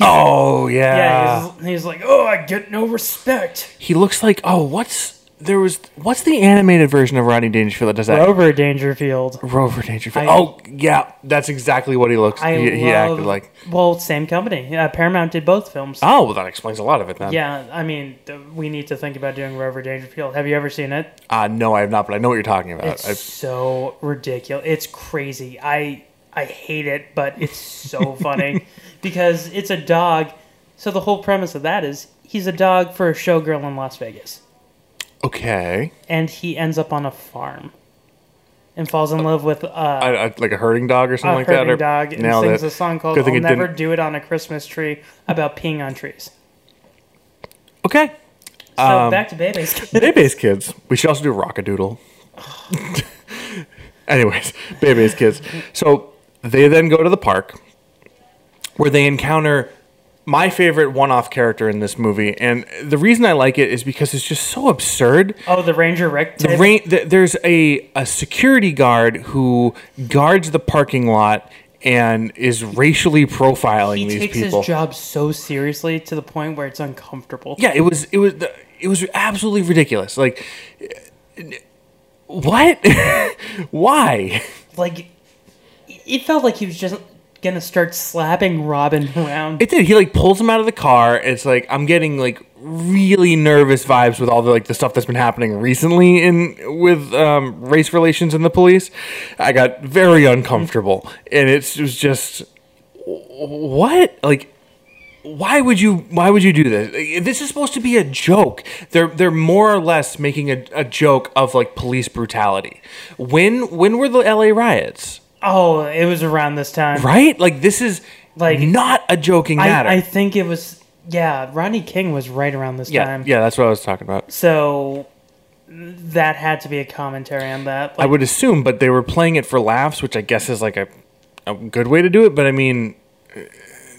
Speaker 1: Oh yeah,
Speaker 2: Yeah, he's, he's like, oh, I get no respect.
Speaker 1: he looks like oh what's there was what's the animated version of Rodney Dangerfield that does that
Speaker 2: Rover Dangerfield.
Speaker 1: Rover Dangerfield.
Speaker 2: I-
Speaker 1: oh yeah, that's exactly what he looks.
Speaker 2: I
Speaker 1: he,
Speaker 2: love.
Speaker 1: he acted like
Speaker 2: well, same company. Yeah, Paramount did both films.
Speaker 1: oh well that explains a lot of it then.
Speaker 2: yeah, I mean, th- we need to think about doing Rover Dangerfield. Have you ever seen it?
Speaker 1: Uh, no, I have not, but I know what you're talking about.
Speaker 2: It's
Speaker 1: I-
Speaker 2: so ridiculous. It's crazy. I I hate it, but it's so funny because it's a dog. So the whole premise of that is he's a dog for a showgirl in Las Vegas,
Speaker 1: okay,
Speaker 2: and he ends up on a farm and falls in love with uh, a,
Speaker 1: I, I, like a herding dog or something
Speaker 2: a
Speaker 1: like that.
Speaker 2: herding
Speaker 1: or-
Speaker 2: dog and
Speaker 1: nailed
Speaker 2: sings
Speaker 1: it.
Speaker 2: a song called
Speaker 1: Good thing
Speaker 2: "I'll
Speaker 1: it
Speaker 2: Never
Speaker 1: didn't-
Speaker 2: Do It on a Christmas Tree" about peeing on trees.
Speaker 1: Okay,
Speaker 2: So
Speaker 1: Um,
Speaker 2: back to babies.
Speaker 1: Baby's Kids. We should also do Rockadoodle. Anyways, Baby's Kids. So They then go to the park where they encounter my favorite one off character in this movie. And the reason I like it is because it's just so absurd.
Speaker 2: Oh, the Ranger Rick.
Speaker 1: The
Speaker 2: type?
Speaker 1: rain, th- there's a, a security guard who guards the parking lot and is racially profiling
Speaker 2: he
Speaker 1: these
Speaker 2: takes
Speaker 1: people.
Speaker 2: his job so seriously to the point where it's uncomfortable.
Speaker 1: yeah, it was it was it was absolutely ridiculous. Like what? Why?
Speaker 2: Like, it felt like he was just gonna start slapping Robin around.
Speaker 1: It did. He like pulls him out of the car. It's like I'm getting like really nervous vibes with all the like the stuff that's been happening recently in with um, race relations in the police. I got very uncomfortable, and it's it was just what like. Why would you? Why would you do this? This is supposed to be a joke. They're they're more or less making a, a joke of like police brutality. When when were the L.A. riots?
Speaker 2: oh, it was around this time.
Speaker 1: Right? Like this is
Speaker 2: Like-
Speaker 1: like not a joking matter.
Speaker 2: I, I think it was. Yeah, Ronnie King was right around this
Speaker 1: Yeah,
Speaker 2: time.
Speaker 1: yeah, that's what I was talking about.
Speaker 2: So that had to be a commentary on that.
Speaker 1: I
Speaker 2: Like,
Speaker 1: would assume, but they were playing it for laughs, which I guess is like a, a good way to do it. But I mean, uh,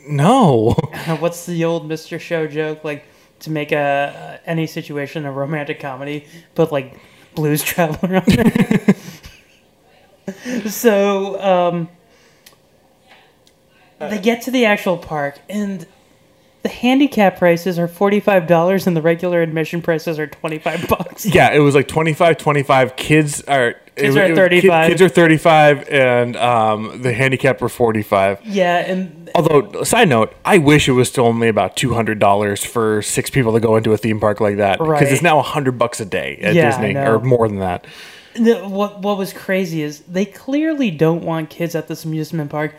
Speaker 1: no,
Speaker 2: what's the old Mr. Show joke? Like to make a any situation a romantic comedy, put like Blues Traveler on it. so um, they get to the actual park and. The handicap prices are forty five dollars, and the regular admission prices are twenty five bucks.
Speaker 1: yeah, it was like 25, 25. Kids are
Speaker 2: Kids
Speaker 1: it-
Speaker 2: are
Speaker 1: it was- kid-
Speaker 2: 35.
Speaker 1: Kids are thirty five, and um, the handicapped were forty five.
Speaker 2: Yeah, and
Speaker 1: Although, side note, I wish it was still only about two hundred dollars for six people to go into a theme park like that because
Speaker 2: Right.
Speaker 1: it's now hundred bucks a day at
Speaker 2: Yeah, I
Speaker 1: Disney
Speaker 2: know.
Speaker 1: or more than that.
Speaker 2: No, what what was crazy is they clearly don't want kids at this amusement park.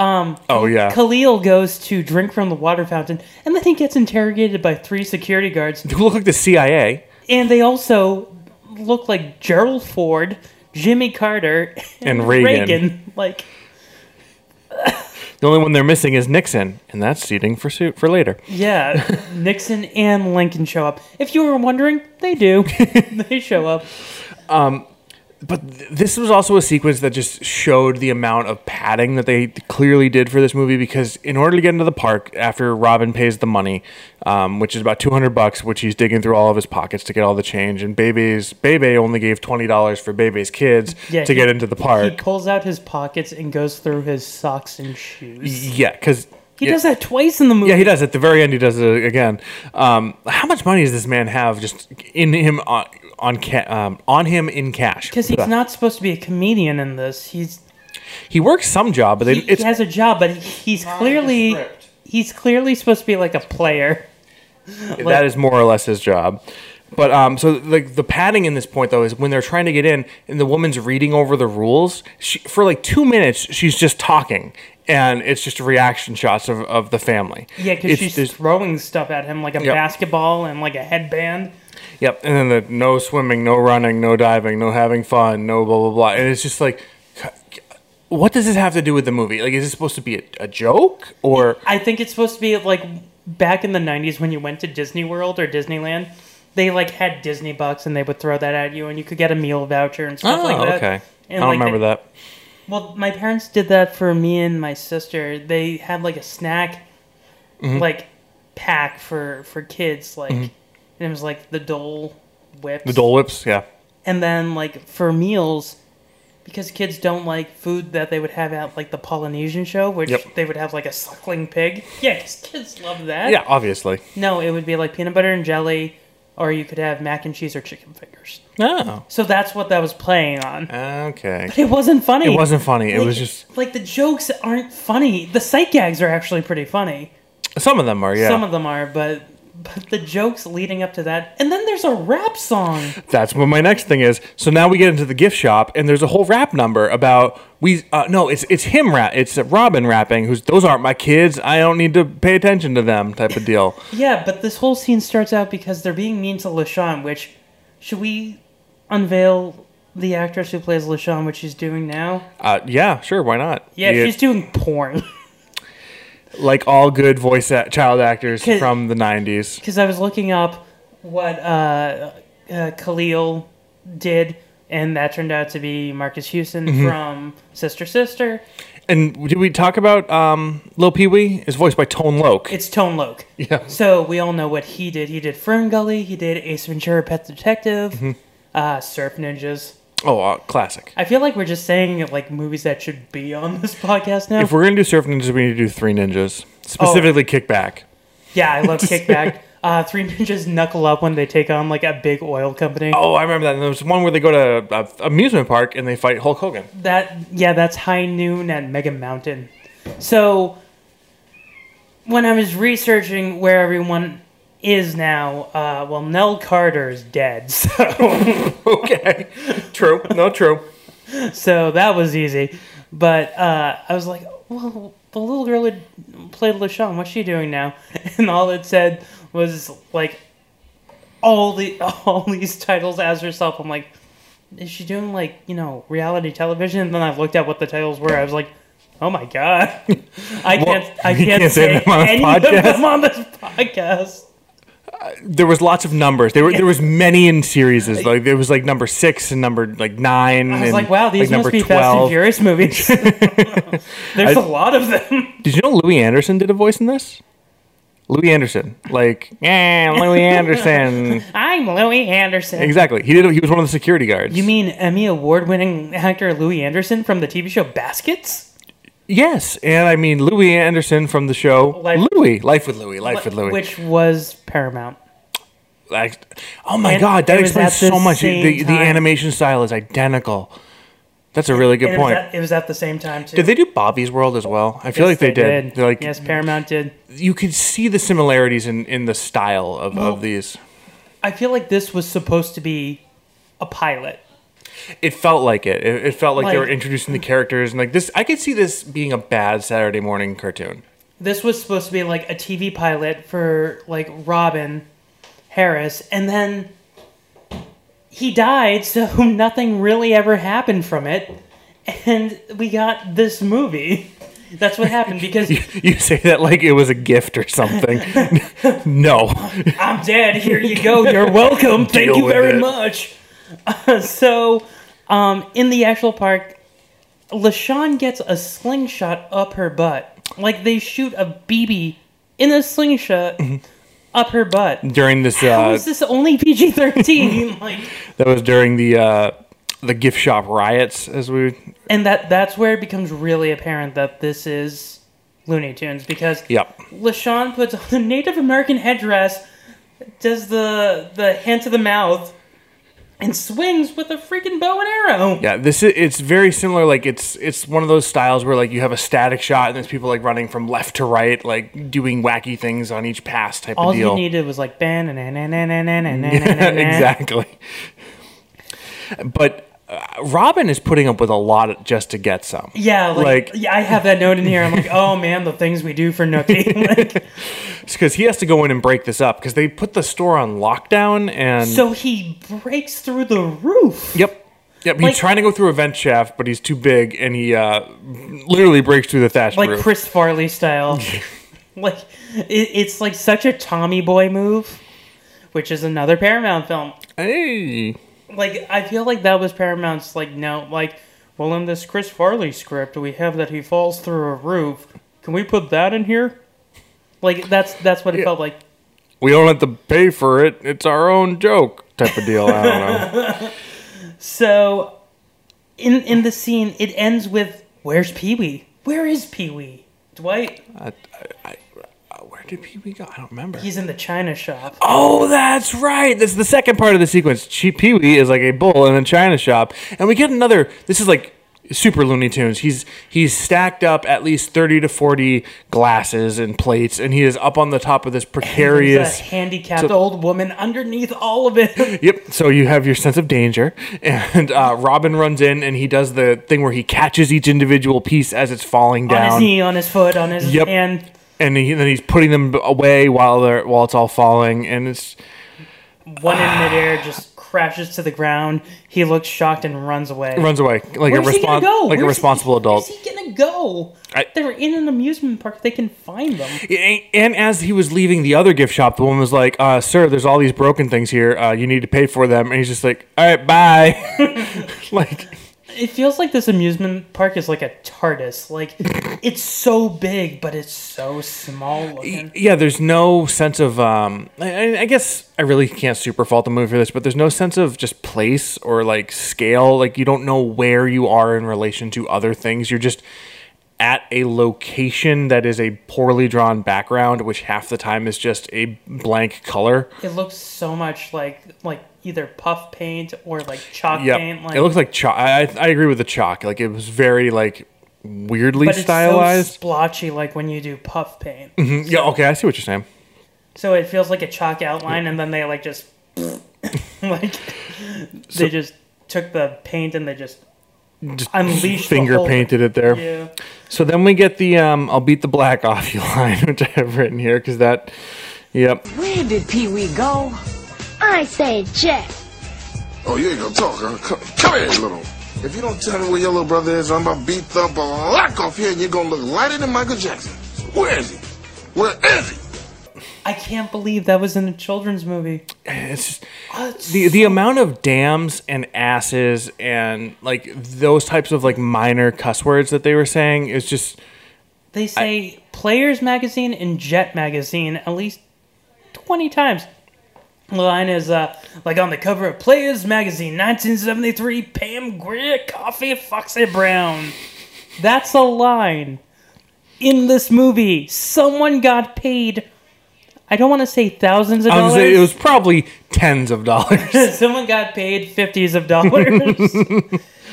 Speaker 1: Oh yeah,
Speaker 2: Khalil goes to drink from the water fountain, and then he gets interrogated by three security guards,
Speaker 1: you look like the CIA.
Speaker 2: and they also look like Gerald Ford, Jimmy Carter,
Speaker 1: And Reagan.
Speaker 2: Like,
Speaker 1: The only one they're missing is Nixon, and that's seating for suit for later.
Speaker 2: yeah, Nixon and Lincoln show up. If you were wondering, they do. they show up.
Speaker 1: But th- this was also a sequence that just showed the amount of padding that they clearly did for this movie because in order to get into the park after Robin pays the money, um, which is about 200 bucks, which he's digging through all of his pockets to get all the change, and Bebe's Bebe only gave $20 for Bebe's kids
Speaker 2: Yeah,
Speaker 1: to
Speaker 2: he-
Speaker 1: get into the
Speaker 2: He
Speaker 1: park.
Speaker 2: pulls out his pockets and goes through his socks and shoes.
Speaker 1: yeah, because
Speaker 2: He does that twice in the movie.
Speaker 1: Yeah, he does. At the very end, he does it again. Um, how much money does this man have just in him on on, ca- um, on him in cash?
Speaker 2: Because he's
Speaker 1: Ugh.
Speaker 2: not supposed to be a comedian in this. He's
Speaker 1: He works some job, but they,
Speaker 2: he,
Speaker 1: it's
Speaker 2: has a job, but he's clearly he's clearly supposed to be like a player.
Speaker 1: that is more or less his job. But um, so like the padding in this point though is when they're trying to get in and the woman's reading over the rules. She, for like two minutes, she's just talking, and it's just reaction shots of, of the family.
Speaker 2: Yeah, because
Speaker 1: It's-
Speaker 2: she's
Speaker 1: there's-
Speaker 2: throwing stuff at him like a
Speaker 1: Yep.
Speaker 2: basketball and like a headband.
Speaker 1: Yep. And then the no swimming, no running, no diving, no having fun, no blah blah blah. And it's just like, what does this have to do with the movie? Like, is this supposed to be a, a joke or?
Speaker 2: I think it's supposed to be like back in the '90s when you went to Disney World or Disneyland. They like had Disney bucks and they would throw that at you and you could get a meal voucher and stuff like that.
Speaker 1: Oh, okay. I don't
Speaker 2: And, like,
Speaker 1: remember
Speaker 2: they-
Speaker 1: that.
Speaker 2: Well, my parents did that for me and my sister. They had like a snack, like pack for for kids, like, and it was like the Mm-hmm. Dole whips,
Speaker 1: The Dole Whips, yeah.
Speaker 2: and then like for meals, because kids don't like food that they would have at like the Polynesian show, which
Speaker 1: Yep.
Speaker 2: they would have like a suckling pig. Yeah, 'cause kids love that.
Speaker 1: Yeah, obviously.
Speaker 2: No, it would be like peanut butter and jelly, or you could have mac and cheese or chicken fingers.
Speaker 1: Oh.
Speaker 2: So that's what that was playing on.
Speaker 1: Okay.
Speaker 2: It wasn't funny.
Speaker 1: Uh, It wasn't funny. It was just
Speaker 2: like the jokes aren't funny. The sight gags are actually pretty funny.
Speaker 1: some of them are, yeah.
Speaker 2: Some of them are, but but the jokes leading up to that, and then there's a rap song.
Speaker 1: That's what my next thing is. So now we get into the gift shop, and there's a whole rap number about we. Uh, no, it's it's him rap. It's Robin rapping. Who's those aren't my kids. I don't need to pay attention to them. Type of deal.
Speaker 2: Yeah, but this whole scene starts out because they're being mean to LaShawn. Which should we unveil the actress who plays LaShawn? What she's doing now?
Speaker 1: Uh, yeah, sure. Why not?
Speaker 2: Yeah,
Speaker 1: You-
Speaker 2: she's doing porn.
Speaker 1: like all good voice a- child actors
Speaker 2: 'Cause-
Speaker 1: from the '90s.
Speaker 2: Because I was looking up what uh, uh, Khalil did and that turned out to be Marcus Houston
Speaker 1: Mm-hmm.
Speaker 2: from Sister Sister.
Speaker 1: And did we talk about um, Lil Pee Wee? Is voiced by Tone Loc.
Speaker 2: It's Tone Loc.
Speaker 1: Yeah.
Speaker 2: So we all know what he did. He did Fern Gully. He did Ace Ventura: Pet Detective.
Speaker 1: Mm-hmm.
Speaker 2: Uh, Surf Ninjas.
Speaker 1: Oh, uh, classic.
Speaker 2: I feel like we're just saying like movies that should be on this podcast now.
Speaker 1: If we're gonna do Surf Ninjas, we need to do Three Ninjas,
Speaker 2: Oh.
Speaker 1: specifically Kickback.
Speaker 2: yeah, I love Kickback. Uh, three ninjas knuckle up when they take on like a big oil company.
Speaker 1: Oh, I remember that. And there was one where they go to a amusement park and they fight Hulk Hogan.
Speaker 2: That yeah, that's High Noon at Mega Mountain. So when I was researching where everyone is now, uh, well, Nell Carter is dead, so
Speaker 1: Okay, true. No, true.
Speaker 2: so that was easy. But uh, I was like, well, the little girl who played LaShawn, what's she doing now? And all it said was like all the all these titles as herself. I'm like, is she doing like you know reality television? And then I looked at what the titles were. I was like. Oh my god! I can't. I
Speaker 1: you
Speaker 2: can't,
Speaker 1: can't say
Speaker 2: say,
Speaker 1: them on this
Speaker 2: any
Speaker 1: podcast.
Speaker 2: of them on this podcast.
Speaker 1: There was lots of numbers. There were there was many in series. Like there was like number six and number like nine.
Speaker 2: I was
Speaker 1: and,
Speaker 2: like, wow, these must
Speaker 1: number
Speaker 2: be Fast and Furious movies. There's a lot of them.
Speaker 1: Did you know Louis Anderson did a voice in this? Louis Anderson, like yeah, Louis Anderson.
Speaker 2: I'm Louis Anderson.
Speaker 1: exactly. He did. He was one of the security guards.
Speaker 2: You mean Emmy award winning actor Louis Anderson from the TV show Baskets?
Speaker 1: Yes, and I mean Louis Anderson from the show
Speaker 2: Life-
Speaker 1: Louis, Life with Louis, Life with Louis.
Speaker 2: Which was Paramount.
Speaker 1: Like, oh my
Speaker 2: And
Speaker 1: God, that
Speaker 2: it was
Speaker 1: explains
Speaker 2: at the
Speaker 1: so much.
Speaker 2: same
Speaker 1: The, the
Speaker 2: time.
Speaker 1: animation style is identical. That's a really good
Speaker 2: And
Speaker 1: point.
Speaker 2: It was, at, it was at the same time, too.
Speaker 1: did they do Bobby's World as well? I feel
Speaker 2: Yes,
Speaker 1: like they, did. They're Like
Speaker 2: yes, Paramount did.
Speaker 1: you could see the similarities in, in the style of, of these.
Speaker 2: I feel like this was supposed to be a pilot.
Speaker 1: It felt like it. It, it felt like, they
Speaker 2: Like-
Speaker 1: were introducing the characters and like this. I could see this being a bad Saturday morning cartoon.
Speaker 2: This was supposed to be like a TV pilot for like Robin Harris, and then he died, so nothing really ever happened from it. And we got this movie. That's what happened because
Speaker 1: You say that like it was a gift or something. no,
Speaker 2: I'm dead. Here you go. You're welcome. Thank
Speaker 1: Deal
Speaker 2: you
Speaker 1: with
Speaker 2: very
Speaker 1: it.
Speaker 2: much. so, um, in the actual park, LaShawn gets a slingshot up her butt. Like they shoot a BB in a slingshot up her butt.
Speaker 1: during this
Speaker 2: How
Speaker 1: uh,
Speaker 2: is this only PG thirteen? like,
Speaker 1: That was during the uh, the gift shop riots, as we.
Speaker 2: and that that's where it becomes really apparent that this is Looney Tunes because
Speaker 1: Yep.
Speaker 2: LaShawn puts on the Native American headdress, does the the hand to the mouth, and swings with a freaking bow and arrow.
Speaker 1: Yeah, this is it's very similar. Like it's it's one of those styles where like you have a static shot and there's people like running from left to right, like doing wacky things on each pass type
Speaker 2: All
Speaker 1: of deal.
Speaker 2: you needed was like ban na na na na na na na na na.
Speaker 1: exactly. But uh, Robin is putting up with a lot just to get some.
Speaker 2: Yeah,
Speaker 1: Like-
Speaker 2: like, yeah, I have that note in here. I'm like, oh man, the things we do for Nookie. like,
Speaker 1: because he has to go in and break this up because they put the store on lockdown and.
Speaker 2: so he breaks through the roof.
Speaker 1: Yep. Yep, he's
Speaker 2: Like-
Speaker 1: trying to go through a vent shaft, but he's too big, and he uh, literally breaks through the thatch
Speaker 2: like
Speaker 1: roof.
Speaker 2: Chris Farley style. like it, it's like such a Tommy Boy move, which is another Paramount film.
Speaker 1: Hey.
Speaker 2: Like I feel like that was Paramount's like no like well in this Chris Farley script we have that he falls through a roof. Can we put that in here? Like that's that's what it felt like.
Speaker 1: We don't have to pay for it. It's our own joke type of deal. I don't know.
Speaker 2: So in in the scene it ends with where's Pee Wee? Where is Pee Wee? Dwight,
Speaker 1: Uh, Where did Pee Wee go? I don't remember.
Speaker 2: he's in the China shop.
Speaker 1: oh, that's right. That's the second part of the sequence. Chi- Pee Wee is like a bull in a china shop, and we get another. This is like super Looney Tunes. He's he's stacked up at least thirty to forty glasses and plates, and he is up on the top of this
Speaker 2: There's
Speaker 1: precarious.
Speaker 2: a handicapped old woman underneath all of it.
Speaker 1: Yep. So you have your sense of danger, and uh, Robin runs in, and he does the thing where he catches each individual piece as it's falling down.
Speaker 2: on his knee, on his foot, on his
Speaker 1: Yep.
Speaker 2: hand.
Speaker 1: and, he, then he's putting them away while they're while it's all falling, and it's
Speaker 2: One in midair just crashes to the ground. He looks shocked and runs away.
Speaker 1: runs away like
Speaker 2: Where's
Speaker 1: a
Speaker 2: he gonna
Speaker 1: respon- like
Speaker 2: go?
Speaker 1: a
Speaker 2: Where's he-
Speaker 1: responsible adult.
Speaker 2: Where's he gonna they go?
Speaker 1: I-
Speaker 2: they were in an amusement park. They can find them.
Speaker 1: And as he was leaving the other gift shop, the woman was like, uh, "Sir, there's all these broken things here. Uh, you need to pay for them." And he's just like, "All right, bye." like,
Speaker 2: It feels like this amusement park is like a TARDIS. Like it's so big, but it's so small looking.
Speaker 1: yeah, there's no sense of. Um, I, I- I guess I really can't super fault the movie for this, but there's no sense of just place or like scale. Like you don't know where you are in relation to other things. You're just at a location that is a poorly drawn background, which half the time is just a blank color.
Speaker 2: It looks so much like like either puff paint or like chalk
Speaker 1: Yeah,
Speaker 2: paint. Like
Speaker 1: it looks like chalk. I, I- I agree with the chalk. Like it was very like weirdly
Speaker 2: but it's so
Speaker 1: stylized.
Speaker 2: splotchy, like when you do puff paint.
Speaker 1: yeah, okay, I see what you're saying.
Speaker 2: So it feels like a chalk outline, and then they like just like they just took the paint and they just, unleashed the
Speaker 1: Finger
Speaker 2: whole-
Speaker 1: painted it there.
Speaker 2: Yeah.
Speaker 1: So then we get the um, "I'll beat the black off you" line, which I have written here because that. Yep.
Speaker 8: Where did Pee Wee go?
Speaker 5: I say Jack.
Speaker 7: Oh, you ain't gonna talk, huh? Come, come here, little. If you don't tell me where your little brother is, I'm about to beat the black off here, and you're gonna look lighter than Michael Jackson. Where is he? Where is he?
Speaker 2: I can't believe that was in a children's movie.
Speaker 1: It's just,
Speaker 2: Oh, it's-
Speaker 1: the the amount of dams and asses and like those types of like minor cuss words that they were saying is just
Speaker 2: They say Players Magazine and Jet Magazine at least 20 times. The line is uh, like on the cover of Players Magazine 1973 Pam Grier Coffee Foxy Brown. That's a line in this movie. Someone got paid. I don't want to say thousands of
Speaker 1: I was
Speaker 2: dollars.
Speaker 1: gonna say, it was probably tens of dollars.
Speaker 2: Someone got paid fifties of dollars.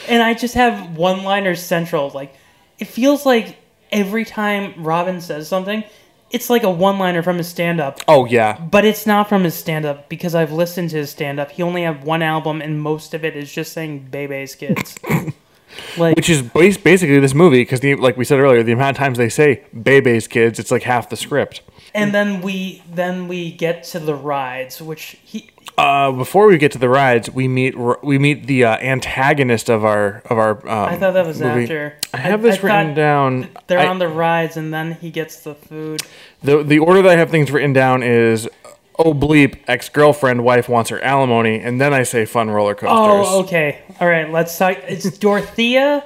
Speaker 2: and I just have one liners central. Like it feels like every time Robin says something, it's like a one liner from his stand up.
Speaker 1: oh yeah,
Speaker 2: But it's not from his stand up because I've listened to his stand up. He only had one album and most of it is just saying Bebe's kids. like
Speaker 1: which is bas- basically this movie because like we said earlier, the amount of times they say "Bebe's kids," it's like half the script.
Speaker 2: and then we then we get to the rides, which he
Speaker 1: Uh, before we get to the rides, we meet r- we meet the uh, antagonist of our of our. Um,
Speaker 2: I thought that was
Speaker 1: movie.
Speaker 2: after.
Speaker 1: I have this written
Speaker 2: thought
Speaker 1: down.
Speaker 2: They're
Speaker 1: I-
Speaker 2: on the rides and then he gets the food.
Speaker 1: the the order that I have things written down is oh bleep ex girlfriend wife wants her alimony and then I say fun roller coasters.
Speaker 2: Oh, okay. All right, let's talk. It's Dorothea.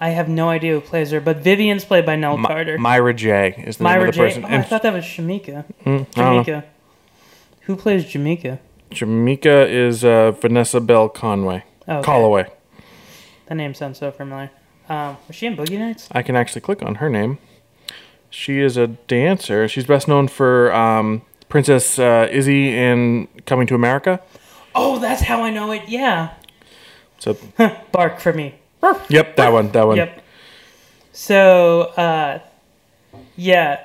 Speaker 2: I have no idea who plays her, but Vivian's played by Nell Carter.
Speaker 1: Myra J is the name
Speaker 2: Myra
Speaker 1: of the
Speaker 2: J.
Speaker 1: person.
Speaker 2: Oh, I
Speaker 1: and
Speaker 2: thought that was Shamika.
Speaker 1: don't
Speaker 2: Jamaica. Who plays Jamaica?
Speaker 1: Jamaica is uh, Vanessa Bell Conway.
Speaker 2: Okay.
Speaker 1: Calloway.
Speaker 2: That name sounds so familiar. Um, was she in Boogie Nights?
Speaker 1: I can actually click on her name. She is a dancer. She's best known for um, Princess uh, Izzy in Coming to America.
Speaker 2: Oh, that's how I know it. Yeah.
Speaker 1: So,
Speaker 2: Bark for me.
Speaker 1: yep, that one, that one.
Speaker 2: Yep. So, uh, yeah,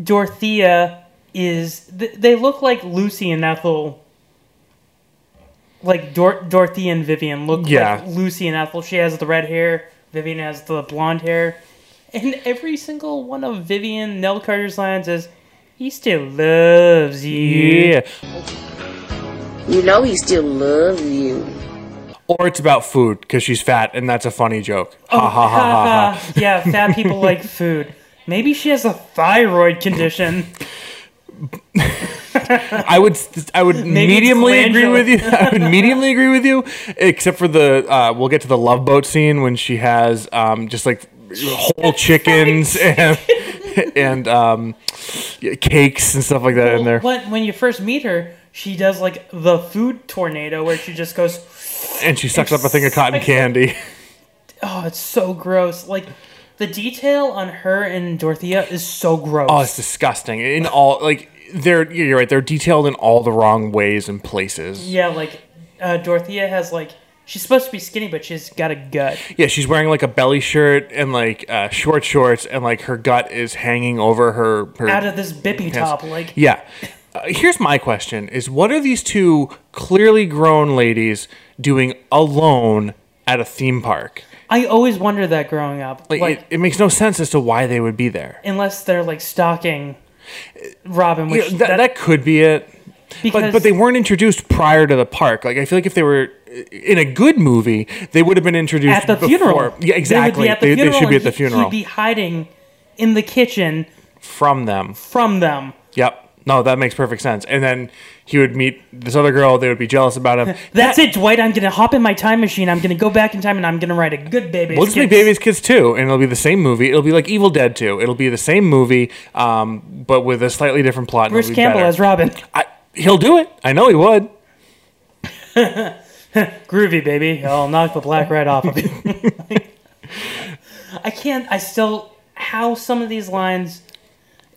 Speaker 2: Dorothea is. Th- they look like Lucy and Ethel. Like Dor- Dorothea and Vivian look
Speaker 1: Yeah.
Speaker 2: like Lucy and Ethel. She has the red hair. Vivian has the blonde hair. And every single one of Vivian Nell Carter's lines is, "He still loves
Speaker 1: Yeah.
Speaker 2: you."
Speaker 9: You know he still loves you.
Speaker 1: Or it's about food because she's fat, and that's a funny joke. ha ha ha ha. ha.
Speaker 2: Haha. yeah, fat people like food. Maybe she has a thyroid condition.
Speaker 1: I would I would mediumly agree
Speaker 2: Angela.
Speaker 1: with you. I would mediumly agree with you, except for the uh, we'll get to the love boat scene when she has um, just like whole chickens and and um, yeah, cakes and stuff like that in there.
Speaker 2: When, when you first meet her, she does like the food tornado where she just goes,
Speaker 1: And she sucks up a thing of cotton candy.
Speaker 2: oh, it's so gross. Like, the detail on her and Dorothea is so gross.
Speaker 1: Oh, it's disgusting. In all like they're you're right. They're detailed in all the wrong ways and places.
Speaker 2: yeah, like, uh, Dorothea has like, she's supposed to be skinny, but she's got a gut.
Speaker 1: Yeah, she's wearing like a belly shirt and like uh, short shorts, and like her gut is hanging over her. her
Speaker 2: Out of this bippy
Speaker 1: pants.
Speaker 2: top, like,
Speaker 1: Yeah. Uh, here's my question is what are these two clearly grown ladies doing alone at a theme park?
Speaker 2: I always wondered that growing up.
Speaker 1: Like,
Speaker 2: Like,
Speaker 1: it, it makes no sense as to why they would be there.
Speaker 2: unless they're like stalking Robin,
Speaker 1: You
Speaker 2: which
Speaker 1: know, that, that could be it. but but they weren't introduced prior to the park. Like I feel like if they were uh, in a good movie, they would have been introduced
Speaker 2: at the
Speaker 1: before.
Speaker 2: funeral.
Speaker 1: Yeah, exactly.
Speaker 2: They, would be at the
Speaker 1: They- they
Speaker 2: funeral
Speaker 1: should be at
Speaker 2: and
Speaker 1: the
Speaker 2: he-
Speaker 1: funeral
Speaker 2: He'd be hiding in the kitchen
Speaker 1: from them.
Speaker 2: from them.
Speaker 1: Yep. No, that makes perfect sense. And then he would meet this other girl. They would be jealous about him.
Speaker 2: That's it, Dwight. I'm gonna hop in my time machine. I'm gonna go back in time, and I'm gonna write a good baby.
Speaker 1: Well, just make Baby's Kids too, and it'll be the same movie. It'll be like Evil Dead 2. It'll be the same movie, um, but with a slightly different plot. and
Speaker 2: Bruce
Speaker 1: it'll be
Speaker 2: Campbell
Speaker 1: better.
Speaker 2: as Robin.
Speaker 1: I, he'll do it. I know he would.
Speaker 2: Groovy baby. I'll knock the black right off of you. I can't. I still how some of these lines.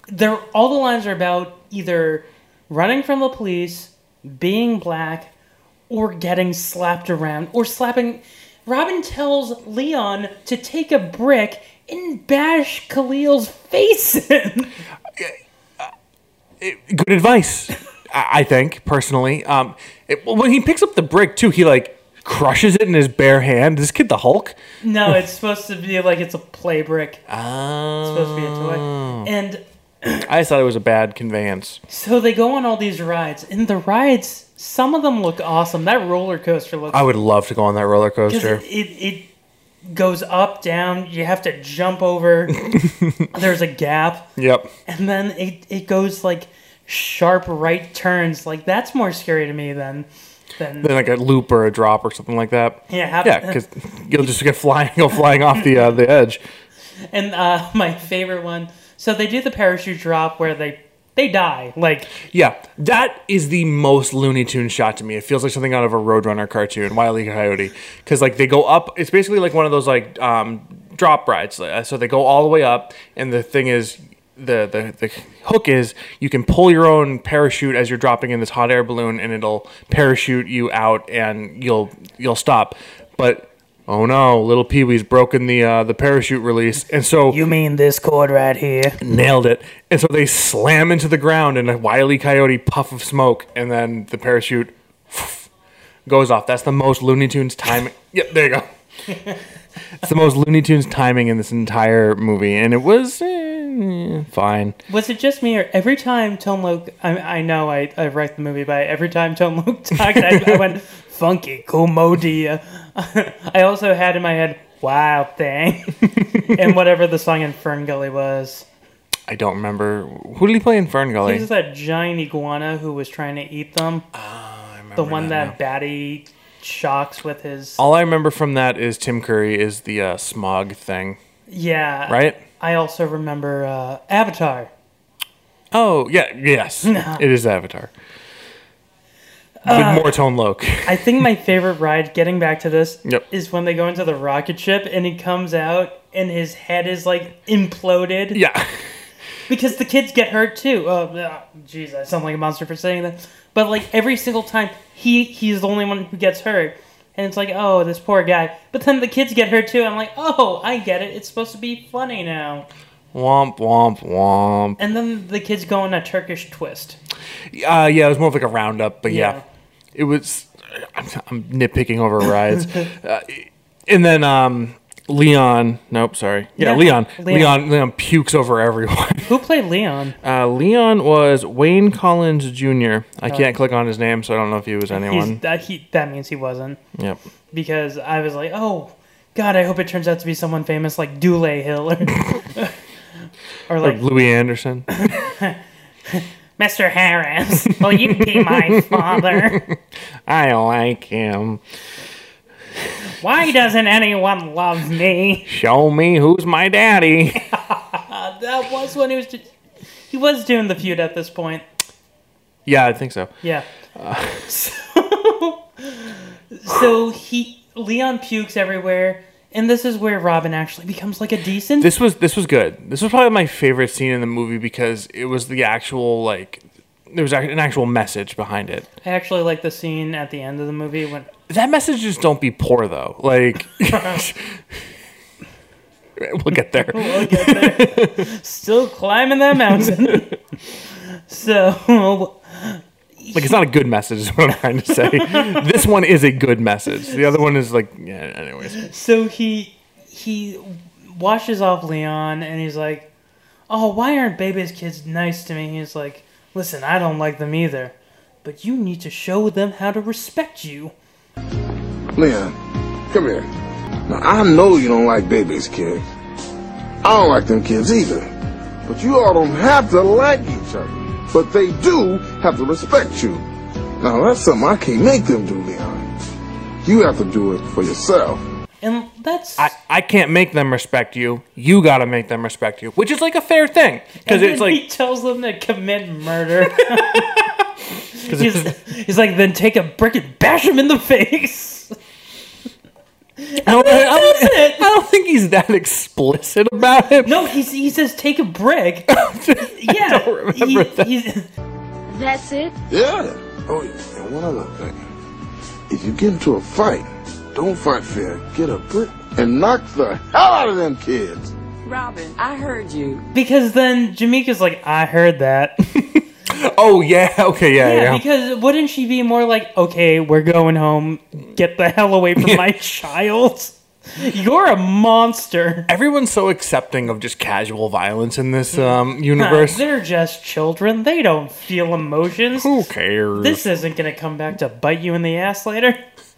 Speaker 2: They're all the lines are about either running from the police, being black, or getting slapped around, or slapping. Robin tells Leon to take a brick and bash Khalil's face in.
Speaker 1: Good advice, I, I think personally. Um, it- when he picks up the brick too, he like crushes it in his bare hand. Is this kid the Hulk?
Speaker 2: No, it's supposed to be like it's a play brick. It's
Speaker 1: Uh,
Speaker 2: supposed to be a toy. And
Speaker 1: I just thought it was a bad conveyance.
Speaker 2: So they go on all these rides, and the rides, some of them look awesome. That roller coaster looks.
Speaker 1: I would love to go on that roller
Speaker 2: 'cause
Speaker 1: coaster.
Speaker 2: it, it it goes up, down. You have to jump over. There's a gap,
Speaker 1: Yep.
Speaker 2: and then it it goes like sharp right turns. Like that's more scary to me than than
Speaker 1: Then like a loop or a drop or something like that.
Speaker 2: Yeah, have-
Speaker 1: yeah, because you'll just get flying, go flying off the uh, the edge.
Speaker 2: and uh, my favorite one. So they do the parachute drop where they they die. Like
Speaker 1: Yeah, that is the most Looney Tune shot to me. It feels like something out of a Roadrunner cartoon, Wile E. Coyote, because like they go up. It's basically like one of those like um, drop rides. Uh, So they go all the way up, and the thing is, the, the the hook is you can pull your own parachute as you're dropping in this hot air balloon, and it'll parachute you out, and you'll you'll stop. But oh no, little Pee Wee's broken the uh, the parachute release, and so
Speaker 2: you mean this cord right here?
Speaker 1: nailed it. And so they slam into the ground in a wily coyote puff of smoke, and then the parachute goes off. That's the most Looney Tunes timing. yep, there you go. it's the most Looney Tunes timing in this entire movie, and it was eh, fine.
Speaker 2: Was it just me or every time Tone Loc, I, I know I, I wrecked the movie, but every time Tone Loc talked, I, I went, funky, comodia. I also had in my head, wow, thing. and whatever the song in Fern Gully was.
Speaker 1: I don't remember who did he play in Fern
Speaker 2: It
Speaker 1: Gully.
Speaker 2: was that giant iguana who was trying to eat them. the one that Batty shocks with his.
Speaker 1: All I remember from that is Tim Curry is the uh, smog thing,
Speaker 2: Yeah.
Speaker 1: right?
Speaker 2: I also remember uh, Avatar.
Speaker 1: Oh yeah, yes, it is Avatar. With more Tone Loc.
Speaker 2: Uh, I think my favorite ride, getting back to this,
Speaker 1: Yep.
Speaker 2: is when they go into the rocket ship and he comes out and his head is like imploded
Speaker 1: yeah.
Speaker 2: because the kids get hurt too. Oh, jeez, I sound like a monster for saying that. But like every single time, he he's the only one who gets hurt, and it's like, oh, this poor guy. But then the kids get hurt too. I'm like, oh, I get it. It's supposed to be funny now.
Speaker 1: Womp womp womp.
Speaker 2: And then the kids go on a Turkish twist.
Speaker 1: Uh, yeah, it was more of like a roundup, but yeah,
Speaker 2: Yeah.
Speaker 1: it was. I'm, I'm nitpicking over rides, uh, and then um, Leon. Nope, sorry. Yeah,
Speaker 2: Yeah,
Speaker 1: Leon, Leon.
Speaker 2: Leon.
Speaker 1: Leon. pukes over everyone.
Speaker 2: Who played Leon?
Speaker 1: Uh, Leon was Wayne Collins Jr. I can't click on his name, so I don't know if he was anyone.
Speaker 2: Oh. He's, that he that means he wasn't.
Speaker 1: Yep.
Speaker 2: because I was like, oh, God, I hope it turns out to be someone famous like Dooley Hill or, or
Speaker 1: Or
Speaker 2: like
Speaker 1: Louis Anderson.
Speaker 2: Mr. Harris. Will you be my father?
Speaker 1: I like him.
Speaker 2: Why doesn't anyone love me?
Speaker 1: Show me who's my daddy.
Speaker 2: That was when he was just, he was doing the feud at this point.
Speaker 1: yeah, I think so.
Speaker 2: Yeah. So, so he Leon pukes everywhere, and this is where Robin actually becomes like a decent.
Speaker 1: This was this was good. This was probably my favorite scene in the movie because it was the actual like there was ac- an actual message behind it.
Speaker 2: I actually like the scene at the end of the movie when
Speaker 1: That message just don't be poor though. Like we'll get there.
Speaker 2: still climbing that mountain. so
Speaker 1: Like it's not a good message is what I'm trying to say. this one is a good message. The other one is like yeah. Anyways,
Speaker 2: so he he washes off Leon and he's like, "Oh, why aren't baby's kids nice to me?" He's like, "Listen, I don't like them either." but you need to show them how to respect you.
Speaker 7: Leon, come here. Now, I know you don't like babies, kid. I don't like them kids either. But you all don't have to like each other. But they do have to respect you. Now, that's something I can't make them do, Leon. You have to do it for yourself.
Speaker 2: And that's
Speaker 1: I, I can't make them respect you. You got to make them respect you, which is like a fair thing because
Speaker 2: and
Speaker 1: it's
Speaker 2: then he
Speaker 1: like
Speaker 2: tells them to commit murder.
Speaker 1: 'cause
Speaker 2: he's,
Speaker 1: it's-
Speaker 2: he's like, then take a brick and bash him in the face.
Speaker 1: I, don't, I,
Speaker 2: That's it.
Speaker 1: don't, I don't think he's that explicit about it.
Speaker 2: No, he's, he says take a brick. yeah,
Speaker 1: don't remember
Speaker 2: he-
Speaker 1: that.
Speaker 2: he's-
Speaker 5: That's it?
Speaker 7: Yeah. Oh, yeah. And one other thing. If you get into a fight, don't fight fair. Get a brick and knock the hell out of them kids.
Speaker 8: Robin, I heard you.
Speaker 2: because then Jamaica's like, I heard that.
Speaker 1: Oh yeah, okay, yeah,
Speaker 2: Yeah,
Speaker 1: yeah.
Speaker 2: because wouldn't she be more like, okay, we're going home. Get the hell away from my child. You're a monster.
Speaker 1: Everyone's so accepting of just casual violence in this
Speaker 2: Mm.
Speaker 1: um, universe.
Speaker 2: They're just children. They don't feel emotions.
Speaker 1: Who cares?
Speaker 2: This isn't going to come back to bite you in the ass later.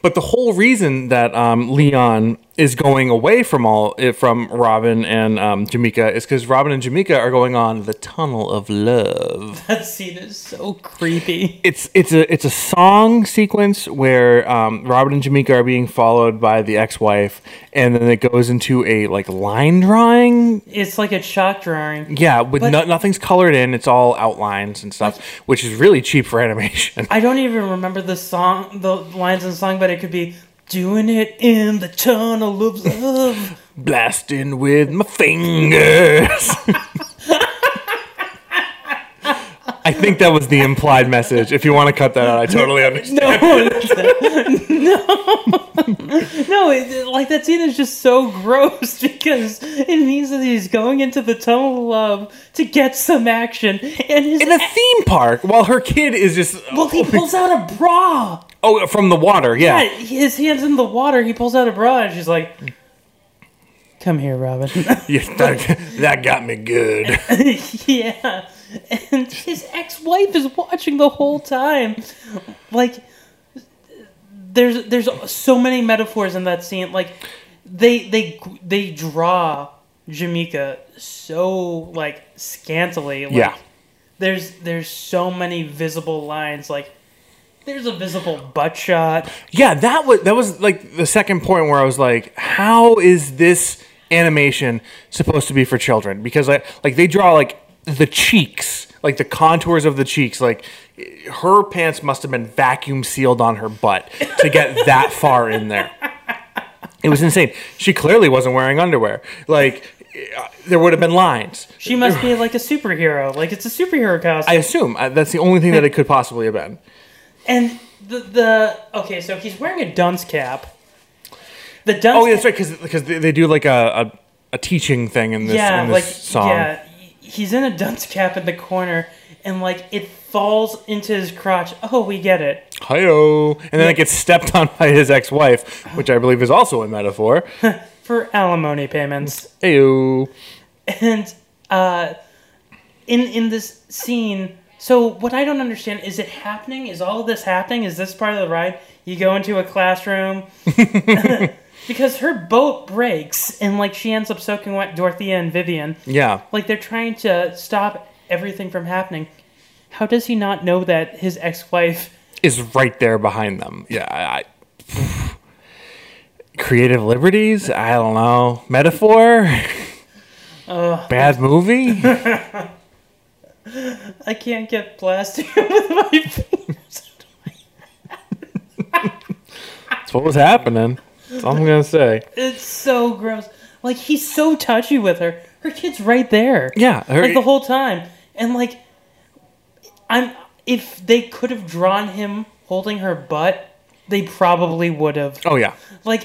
Speaker 1: But the whole reason that um, Leon is going away from all eh, from Robin and um, Jamaica is because Robin and Jamaica are going on the Tunnel of Love.
Speaker 2: That scene is so creepy.
Speaker 1: It's it's a it's a song sequence where um, Robin and Jamaica are being followed by the ex-wife, and then it goes into a like line drawing.
Speaker 2: It's like a chalk drawing.
Speaker 1: Yeah, with
Speaker 2: But-
Speaker 1: no, nothing's colored in. It's all outlines and stuff, which is really cheap for animation.
Speaker 2: I don't even remember the song, the lines in the song, but it could be doing it in the tunnel of love.
Speaker 1: Blasting with my fingers. I think that was the implied message. If you want to cut that out, I totally understand.
Speaker 2: no, no, it, it- like that scene is just so gross because it means that he's going into the tunnel of love to get some action, and his
Speaker 1: In a theme park, while her kid is just
Speaker 2: well, he pulls out a bra.
Speaker 1: oh from the water, yeah.
Speaker 2: Yeah, his hands in the water. He pulls out a bra, and she's like, "Come here, Robin."
Speaker 1: Yes, that, that got me good.
Speaker 2: yeah, and his ex-wife is watching the whole time. Like, there's there's so many metaphors in that scene. Like, they they they draw Jamaica so like scantily. Like,
Speaker 1: Yeah,
Speaker 2: There's there's so many visible lines. Like, there's a visible butt shot.
Speaker 1: yeah. That was that was like the second point where I was like, how is this animation supposed to be for children? Because like like they draw like the cheeks, like the contours of the cheeks, like her pants must have been vacuum sealed on her butt to get that far in there. It was insane. She clearly wasn't wearing underwear. Like uh, there would have been lines.
Speaker 2: She must be like a superhero. Like it's a superhero costume.
Speaker 1: I assume uh, that's the only thing that it could possibly have been.
Speaker 2: And the the okay, so he's wearing a dunce cap. The dunce.
Speaker 1: Oh, yeah, that's right. Because they, they do like a, a, a teaching thing in this,
Speaker 2: yeah,
Speaker 1: in this
Speaker 2: like
Speaker 1: song.
Speaker 2: yeah, he's in a dunce cap in the corner, and like it falls into his crotch. Oh, we get it.
Speaker 1: Hi-yo. And then it gets stepped on by his ex-wife, which I believe is also a metaphor.
Speaker 2: For alimony payments,
Speaker 1: Ayo.
Speaker 2: and uh, in in this scene. So what I don't understand is it happening? Is all of this happening? Is this part of the ride? You go into a classroom because her boat breaks and like she ends up soaking wet. Dorothea and Vivian.
Speaker 1: Yeah.
Speaker 2: Like they're trying to stop everything from happening. How does he not know that his ex-wife?
Speaker 1: Is right there behind them. Yeah. I, I, creative liberties? I don't know. Metaphor? Bad movie?
Speaker 2: I can't get plastic with my fingers.
Speaker 1: That's what was happening. That's all I'm going to say.
Speaker 2: It's so gross. Like he's so touchy with her. Her kid's right there.
Speaker 1: Yeah. her-
Speaker 2: Like the whole time, and like, I'm. If they could have drawn him holding her butt, they probably would have.
Speaker 1: oh, yeah.
Speaker 2: Like,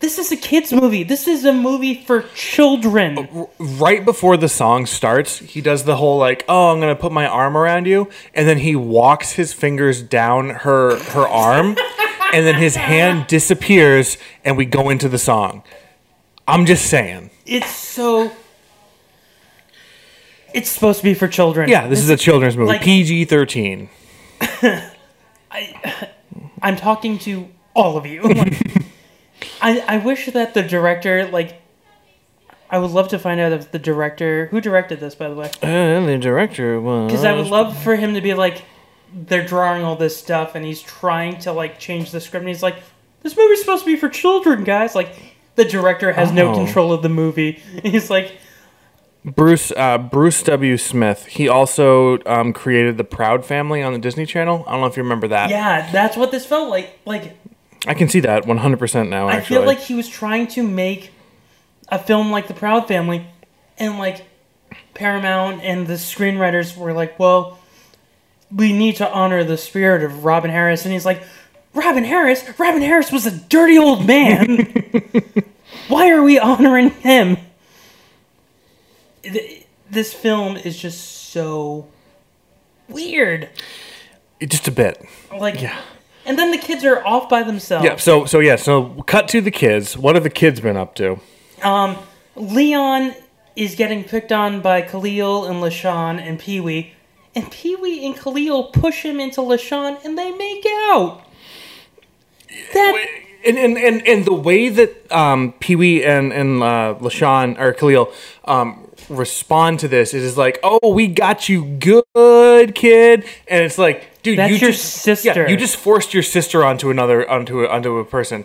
Speaker 2: this is a kids' movie. This is a movie for
Speaker 1: Oh,
Speaker 2: children.
Speaker 1: right before the song starts, he does the whole like, "Oh, I'm gonna put my arm around you," and then he walks his fingers down her her arm, and then his hand disappears, and we go into the song. I'm just saying,
Speaker 2: It's so. It's supposed to be for children.
Speaker 1: yeah, this is a children's movie,
Speaker 2: Like-
Speaker 1: PG-13.
Speaker 2: I'm talking to all of you. Like, I, I wish that the director, like, I would love to find out if the director, who directed this, by the way,
Speaker 10: And the director was.
Speaker 2: because I would love for him to be like, they're drawing all this stuff and he's trying to, like, change the script and he's like, this movie's supposed to be for children, guys. Like, the director has no
Speaker 10: Oh.
Speaker 2: control of the movie. He's like,
Speaker 1: Bruce uh, Bruce W. Smith. He also um, created the Proud Family on the Disney Channel. I don't know if you remember that.
Speaker 2: yeah, that's what this felt like. Like,
Speaker 1: I can see that 100% now.
Speaker 2: I
Speaker 1: Actually,
Speaker 2: feel like he was trying to make a film like The Proud Family, and like Paramount and the screenwriters were like, well, we need to honor the spirit of Robin Harris. And he's like, Robin Harris? Robin Harris was a dirty old man. Why are we honoring him? Th- This film is just so weird.
Speaker 1: just a bit.
Speaker 2: Like, and then the kids are off by themselves.
Speaker 1: Yeah. So so yeah. So cut to the kids. What have the kids been up to?
Speaker 2: Um, Leon is getting picked on by Khalil and LaShawn and Pee Wee. And Pee Wee and Khalil push him into LaShawn and they make out. That,
Speaker 1: And and, and, and the way that um, Pee Wee and and uh, Lashawn or Khalil um, respond to this is, is like, oh, we got you good, kid. And it's like, dude,
Speaker 2: That's
Speaker 1: you
Speaker 2: your
Speaker 1: just,
Speaker 2: sister.
Speaker 1: Yeah, you just forced your sister onto another onto a, onto a person.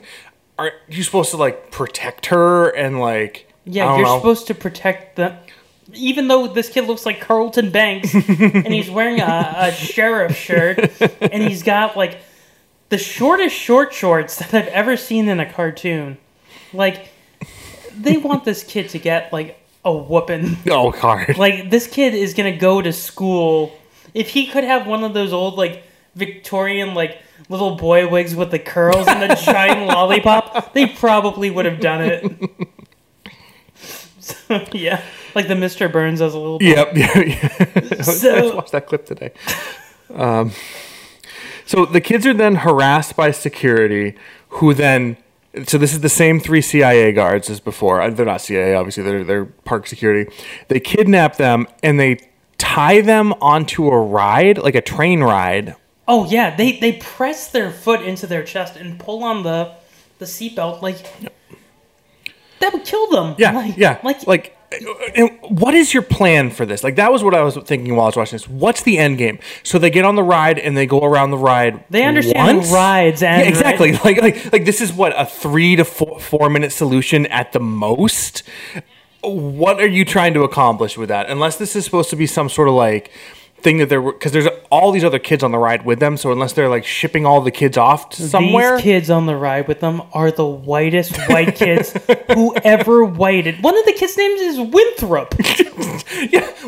Speaker 1: Are you supposed to like protect her and like? I
Speaker 2: yeah,
Speaker 1: don't
Speaker 2: you're
Speaker 1: know.
Speaker 2: supposed to protect the. Even though this kid looks like Carlton Banks and he's wearing a, a sheriff shirt and he's got like the shortest short shorts that I've ever seen in a cartoon. Like, they want this kid to get like a whooping.
Speaker 1: Oh, card.
Speaker 2: Like this kid is gonna go to school. If he could have one of those old like Victorian like little boy wigs with the curls and the giant lollipop, they probably would have done it. so yeah, like the Mr. Burns as a little boy.
Speaker 1: Yep. Yeah, yeah. I
Speaker 2: So-
Speaker 1: just watched that clip today. Um, so the kids are then harassed by security, who then. So this is the same three CIA guards as before. Uh, They're not CIA, obviously. They're they're park security. They kidnap them and they tie them onto a ride, like a train ride.
Speaker 2: Oh yeah, they they press their foot into their chest and pull on the the seatbelt like that would kill them.
Speaker 1: Yeah,
Speaker 2: like,
Speaker 1: yeah.
Speaker 2: Like,
Speaker 1: like, uh, and what is your plan for this? Like, that was what I was thinking while I was watching this. What's the end game? So they get on the ride and they go around the ride.
Speaker 2: They understand
Speaker 1: once?
Speaker 2: rides and
Speaker 1: yeah, exactly. Like, like, like this is what a three to four, four minute solution at the most. What are you trying to accomplish with that? Unless this is supposed to be some sort of like thing that they're because there's all these other kids on the ride with them. So unless they're like shipping all the kids off to somewhere,
Speaker 2: These kids on the ride with them are the whitest white kids who ever whited. One of the kids' names is Winthrop.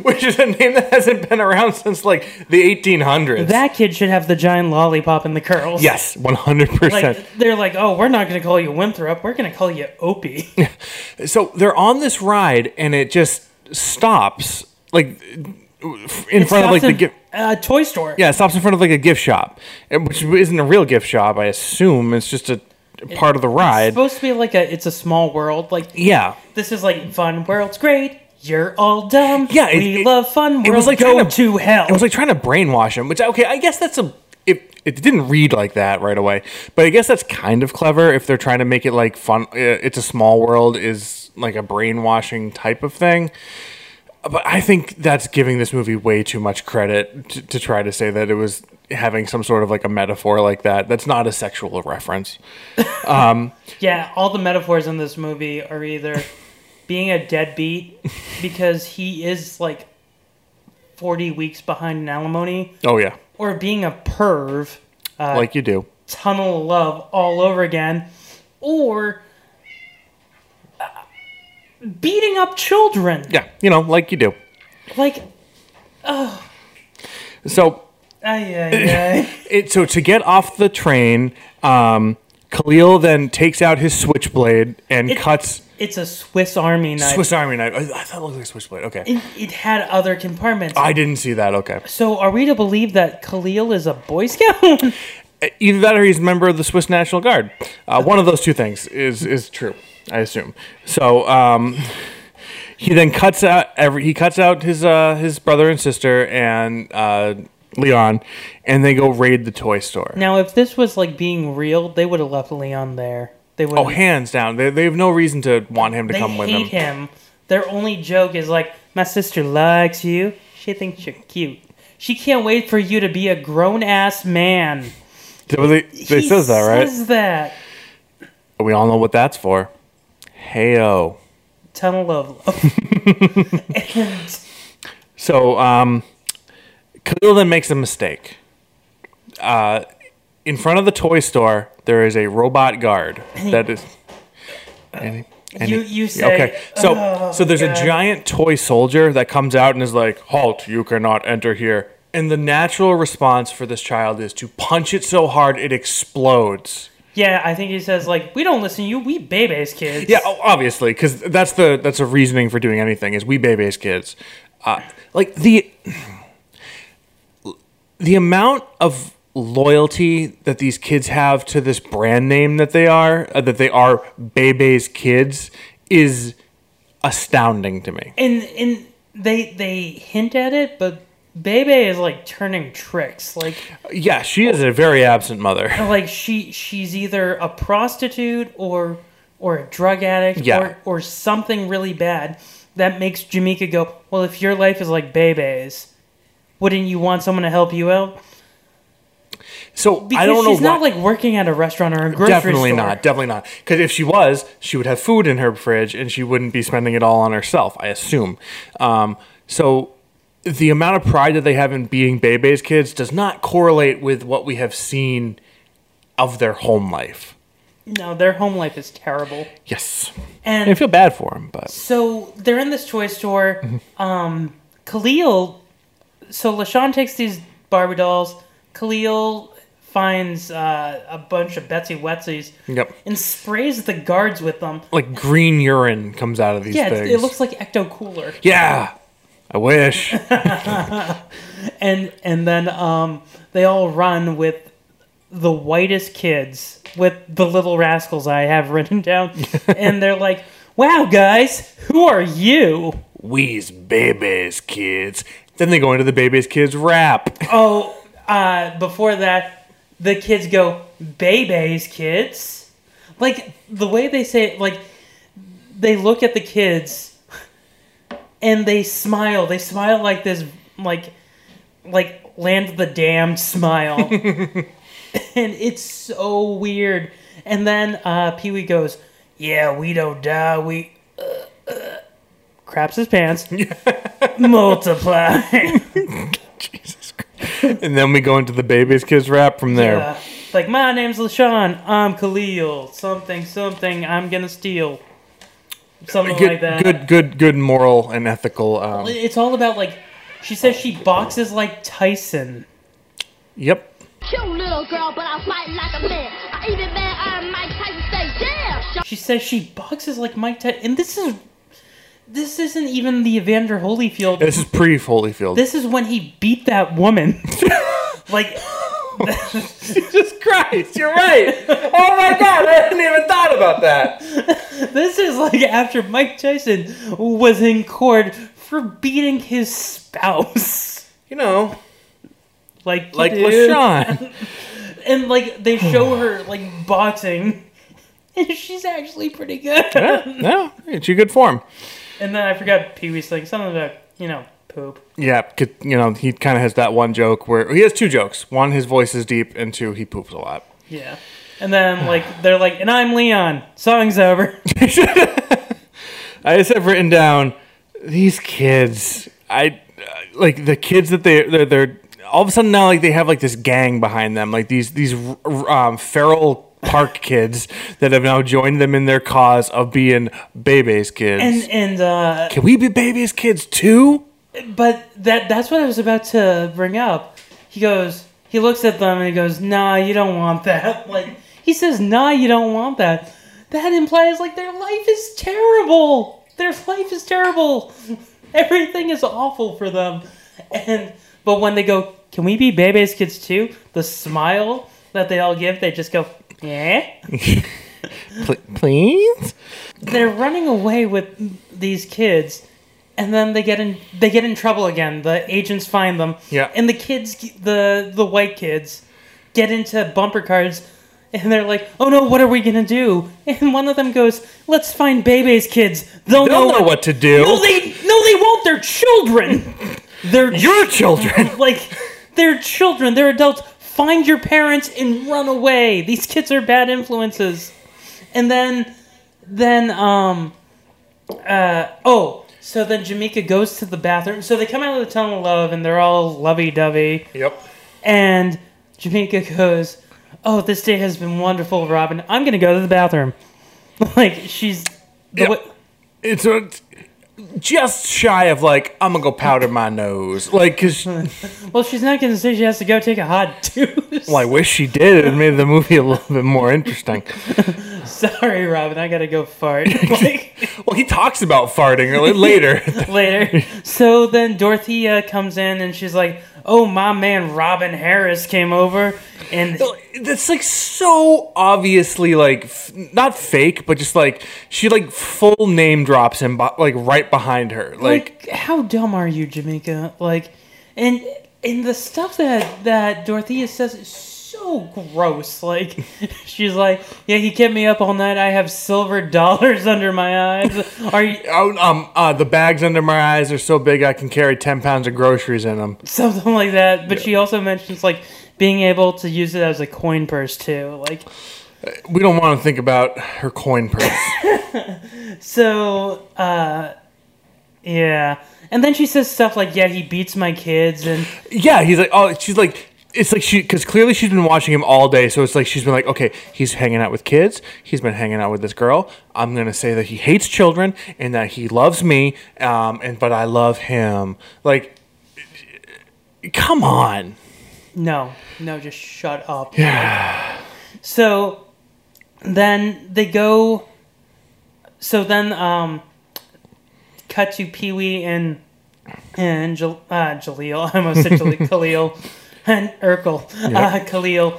Speaker 1: which is a name that hasn't been around since like the 1800s.
Speaker 2: That kid should have the giant lollipop and the curls.
Speaker 1: Yes, one hundred percent.
Speaker 2: Like they're like, oh, we're not going to call you Winthrop. We're going to call you Opie.
Speaker 1: So they're on this ride, and it just stops, like in
Speaker 2: It
Speaker 1: front of like
Speaker 2: stops
Speaker 1: the
Speaker 2: in
Speaker 1: gift.
Speaker 2: a uh, toy store.
Speaker 1: Yeah, it stops in front of like a gift shop, and- which isn't a real gift shop. I assume it's just a part of the
Speaker 2: It's
Speaker 1: ride.
Speaker 2: supposed to be like a. It's a small world. Like
Speaker 1: Yeah,
Speaker 2: this is like fun world's great. You're all dumb.
Speaker 1: Yeah, it-
Speaker 2: we
Speaker 1: it-
Speaker 2: love fun. World.
Speaker 1: it was like
Speaker 2: go
Speaker 1: trying
Speaker 2: to hell.
Speaker 1: It was like trying to brainwash him. Which okay, I guess that's a. It, it didn't read like that right away, but I guess that's kind of clever if they're trying to make it like fun. uh, It's a small world is like a brainwashing type of thing. But I think that's giving this movie way too much credit to, to try to say that it was having some sort of like a metaphor like that. That's not a sexual reference. Um,
Speaker 2: Yeah, all the metaphors in this movie are either being a deadbeat because he is like 40 weeks behind in alimony
Speaker 1: oh yeah,
Speaker 2: or being a perv, uh,
Speaker 1: like you do.
Speaker 2: tunnel of love all over again, or uh, beating up children.
Speaker 1: Yeah, you know, like you do.
Speaker 2: Like, oh,
Speaker 1: So
Speaker 2: ay, ay, ay.
Speaker 1: it, so to get off the train, um, Khalil then takes out his switchblade and
Speaker 2: It-
Speaker 1: cuts
Speaker 2: it's a Swiss Army knife.
Speaker 1: Swiss Army knife. I, I thought it looked like a switchblade. Okay,
Speaker 2: it, it had other compartments.
Speaker 1: I didn't see that. Okay,
Speaker 2: so, are we to believe that Khalil is a Boy Scout?
Speaker 1: either that or he's a member of the Swiss National Guard. Uh, one of those two things is is true. I assume. So um, he then cuts out every he cuts out his uh, his brother and sister and uh, Leon, and they go raid the toy store.
Speaker 2: Now, if this was like being real, they would have left Leon there. They would.
Speaker 1: Oh, hands down, they, they have no reason to want him to
Speaker 2: they
Speaker 1: come with them.
Speaker 2: hate him. Their only joke is like, "My sister likes you. She thinks you're cute. She can't wait for you to be a grown ass man."
Speaker 1: They, they- they
Speaker 2: He
Speaker 1: says that right.
Speaker 2: Says that
Speaker 1: we all know what that's for. Heyo.
Speaker 2: tunnel of Oh, love. and
Speaker 1: So, um, Khalil then makes a mistake. Uh, in front of the toy store, there is a robot guard that is. And he- and
Speaker 2: You-
Speaker 1: he-
Speaker 2: you say,
Speaker 1: okay. So,
Speaker 2: "Oh,
Speaker 1: so there's
Speaker 2: God."
Speaker 1: a giant toy soldier that comes out and is like, "Halt! You cannot enter here." And the natural response for this child is to punch it so hard it explodes.
Speaker 2: yeah, I think he says like, "We don't listen to you. We babies kids."
Speaker 1: Yeah, oh, obviously, because that's the that's the reasoning for doing anything is we baby's kids. Uh, like the the amount of loyalty that these kids have to this brand name that they are uh, that they are baby's kids is astounding to me.
Speaker 2: and and they they hint at it, but Bebe is like turning tricks. Like
Speaker 1: Yeah, she is a very absent mother.
Speaker 2: like she she's either a prostitute or or a drug addict
Speaker 1: Yeah.
Speaker 2: or or something really bad that makes Jamaica go, "Well, if your life is like Bebe's, wouldn't you want someone to help you out?"
Speaker 1: So
Speaker 2: Because
Speaker 1: I don't know
Speaker 2: she's not
Speaker 1: why-
Speaker 2: like working at a restaurant or a grocery
Speaker 1: definitely
Speaker 2: store.
Speaker 1: not definitely not because if she was she would have food in her fridge and she wouldn't be spending it all on herself i assume um, so the amount of pride that they have in being bebe's kids does not correlate with what we have seen of their home life
Speaker 2: No, their home life is terrible.
Speaker 1: yes
Speaker 2: And-
Speaker 1: and i feel bad for him but
Speaker 2: So they're in this toy store.
Speaker 1: Mm-hmm.
Speaker 2: Um, Khalil. So LaShawn takes these Barbie dolls. Khalil finds uh, a bunch of Betsy Wetsies
Speaker 1: yep
Speaker 2: and sprays the guards with them.
Speaker 1: like green urine comes out of these
Speaker 2: yeah, it,
Speaker 1: things
Speaker 2: it looks like Ecto Cooler.
Speaker 1: yeah i wish
Speaker 2: And and then um, they all run with the whitest kids with the little rascals I have written down, and they're like, "Wow, guys, who are you?"
Speaker 1: we's baby's kids then they go into the baby's kids rap
Speaker 2: Oh, uh, before that, the kids go, Bebe's kids. Like, the way they say it, like, they look at the kids and they smile. They smile like this, like, like, land of the damned smile. and it's so weird. And then uh, Pee Wee goes, Yeah, we don't die. We. Uh, uh, craps his pants. Multiply.
Speaker 1: and then we go into the baby's kids rap from there
Speaker 2: Yeah. Like, my name's LaShawn. I'm Khalil. Something, something. I'm gonna steal. Something
Speaker 1: good,
Speaker 2: like that.
Speaker 1: good, good, good moral and ethical. Um,
Speaker 2: It's all about like. She says she boxes like Tyson.
Speaker 1: yep.
Speaker 5: Cute little girl, but I fight like a man. I even made Iron Mike Tyson say, yeah, shut
Speaker 2: She says she boxes like Mike Tyson. And this is. This isn't even the Evander Holyfield.
Speaker 1: This is pre Holyfield.
Speaker 2: This is when he beat that woman. like.
Speaker 1: Jesus Christ, you're right. Oh my God, I hadn't even thought about that.
Speaker 2: This is like after Mike Tyson was in court for beating his spouse.
Speaker 1: You know,
Speaker 2: Like, you
Speaker 1: like
Speaker 2: do.
Speaker 1: LaShawn.
Speaker 2: and like they show her like boxing and she's actually pretty good
Speaker 1: yeah, yeah, it's your good form.
Speaker 2: and then i forgot pee-wee's thing something about you know poop
Speaker 1: Yeah, 'cause, you know, he kind of has that one joke where he has two jokes. One, his voice is deep, and two, he poops a lot.
Speaker 2: yeah and then like they're like and i'm leon song's over
Speaker 1: I just have written down these kids. I uh, like the kids that they they're, they're all of a sudden now like they have like this gang behind them, like these these r- um, feral park kids that have now joined them in their cause of being baby's kids.
Speaker 2: and and uh
Speaker 1: Can we be baby's kids too?
Speaker 2: but that that's what i was about to bring up he goes he looks at them and he goes nah you don't want that like he says nah you don't want that that implies like their life is terrible their life is terrible everything is awful for them. And but when they go, can we be Bebe's kids too? The smile that they all give, they just go, yeah.
Speaker 1: Pl- please.
Speaker 2: They're running away with these kids, and then they get in they get in trouble again. The agents find them.
Speaker 1: Yeah.
Speaker 2: And the kids, the the white kids, get into bumper cars, and they're like, "Oh no, what are we gonna do?" And one of them goes, "Let's find Bebe's kids. They'll,
Speaker 1: They'll know what to do."
Speaker 2: No, they no, they won't. They're children. they're
Speaker 1: your children.
Speaker 2: like they're children. They're adults. Find your parents and run away. These kids are bad influences. And then, then um, uh, oh, so then Jamaica goes to the bathroom. So they come out of the tunnel of love and they're all lovey dovey.
Speaker 1: Yep.
Speaker 2: And Jamaica goes, "Oh, this day has been wonderful, Robin. I'm gonna go to the bathroom." Like she's the
Speaker 1: Yep.
Speaker 2: way,
Speaker 1: It's a, just shy of like I'm gonna go powder my nose, like because
Speaker 2: well, she's not gonna say she has to go take a hot deuce.
Speaker 1: well, I wish she did. It made the movie a little bit more interesting.
Speaker 2: Sorry, Robin, I gotta go fart. Like,
Speaker 1: Well, he talks about farting early- later.
Speaker 2: later. So then Dorothea comes in and she's like, "Oh, my man Robin Harris came over and
Speaker 1: That's like so obviously like f- not fake, but just like she like full name drops him bo- like right behind her. Like,
Speaker 2: like how dumb are you, Jamaica? Like and and the stuff that that Dorothea says is so gross. Like she's like, "Yeah, he kept me up all night. I have silver dollars under my eyes." Are you
Speaker 1: oh, um, uh, the bags under my eyes are so big I can carry ten pounds of groceries in them.
Speaker 2: something like that. But she also mentions like being able to use it as a coin purse too. Like
Speaker 1: We don't want to think about her coin purse.
Speaker 2: So, uh, yeah. And then she says stuff like, yeah, he beats my kids, and
Speaker 1: Yeah, he's like, oh, she's like, it's like she, because clearly she's been watching him all day. So it's like she's been like, okay, he's hanging out with kids. He's been hanging out with this girl. I'm gonna say that he hates children and that he loves me, um, and but I love him. Like, come on.
Speaker 2: no, no, just shut up.
Speaker 1: Yeah.
Speaker 2: So then they go. So then, um, cut to Pee Wee and and Jal- uh, Jaleel. I almost said Jaleel, Khalil and Urkel. Uh, Khalil.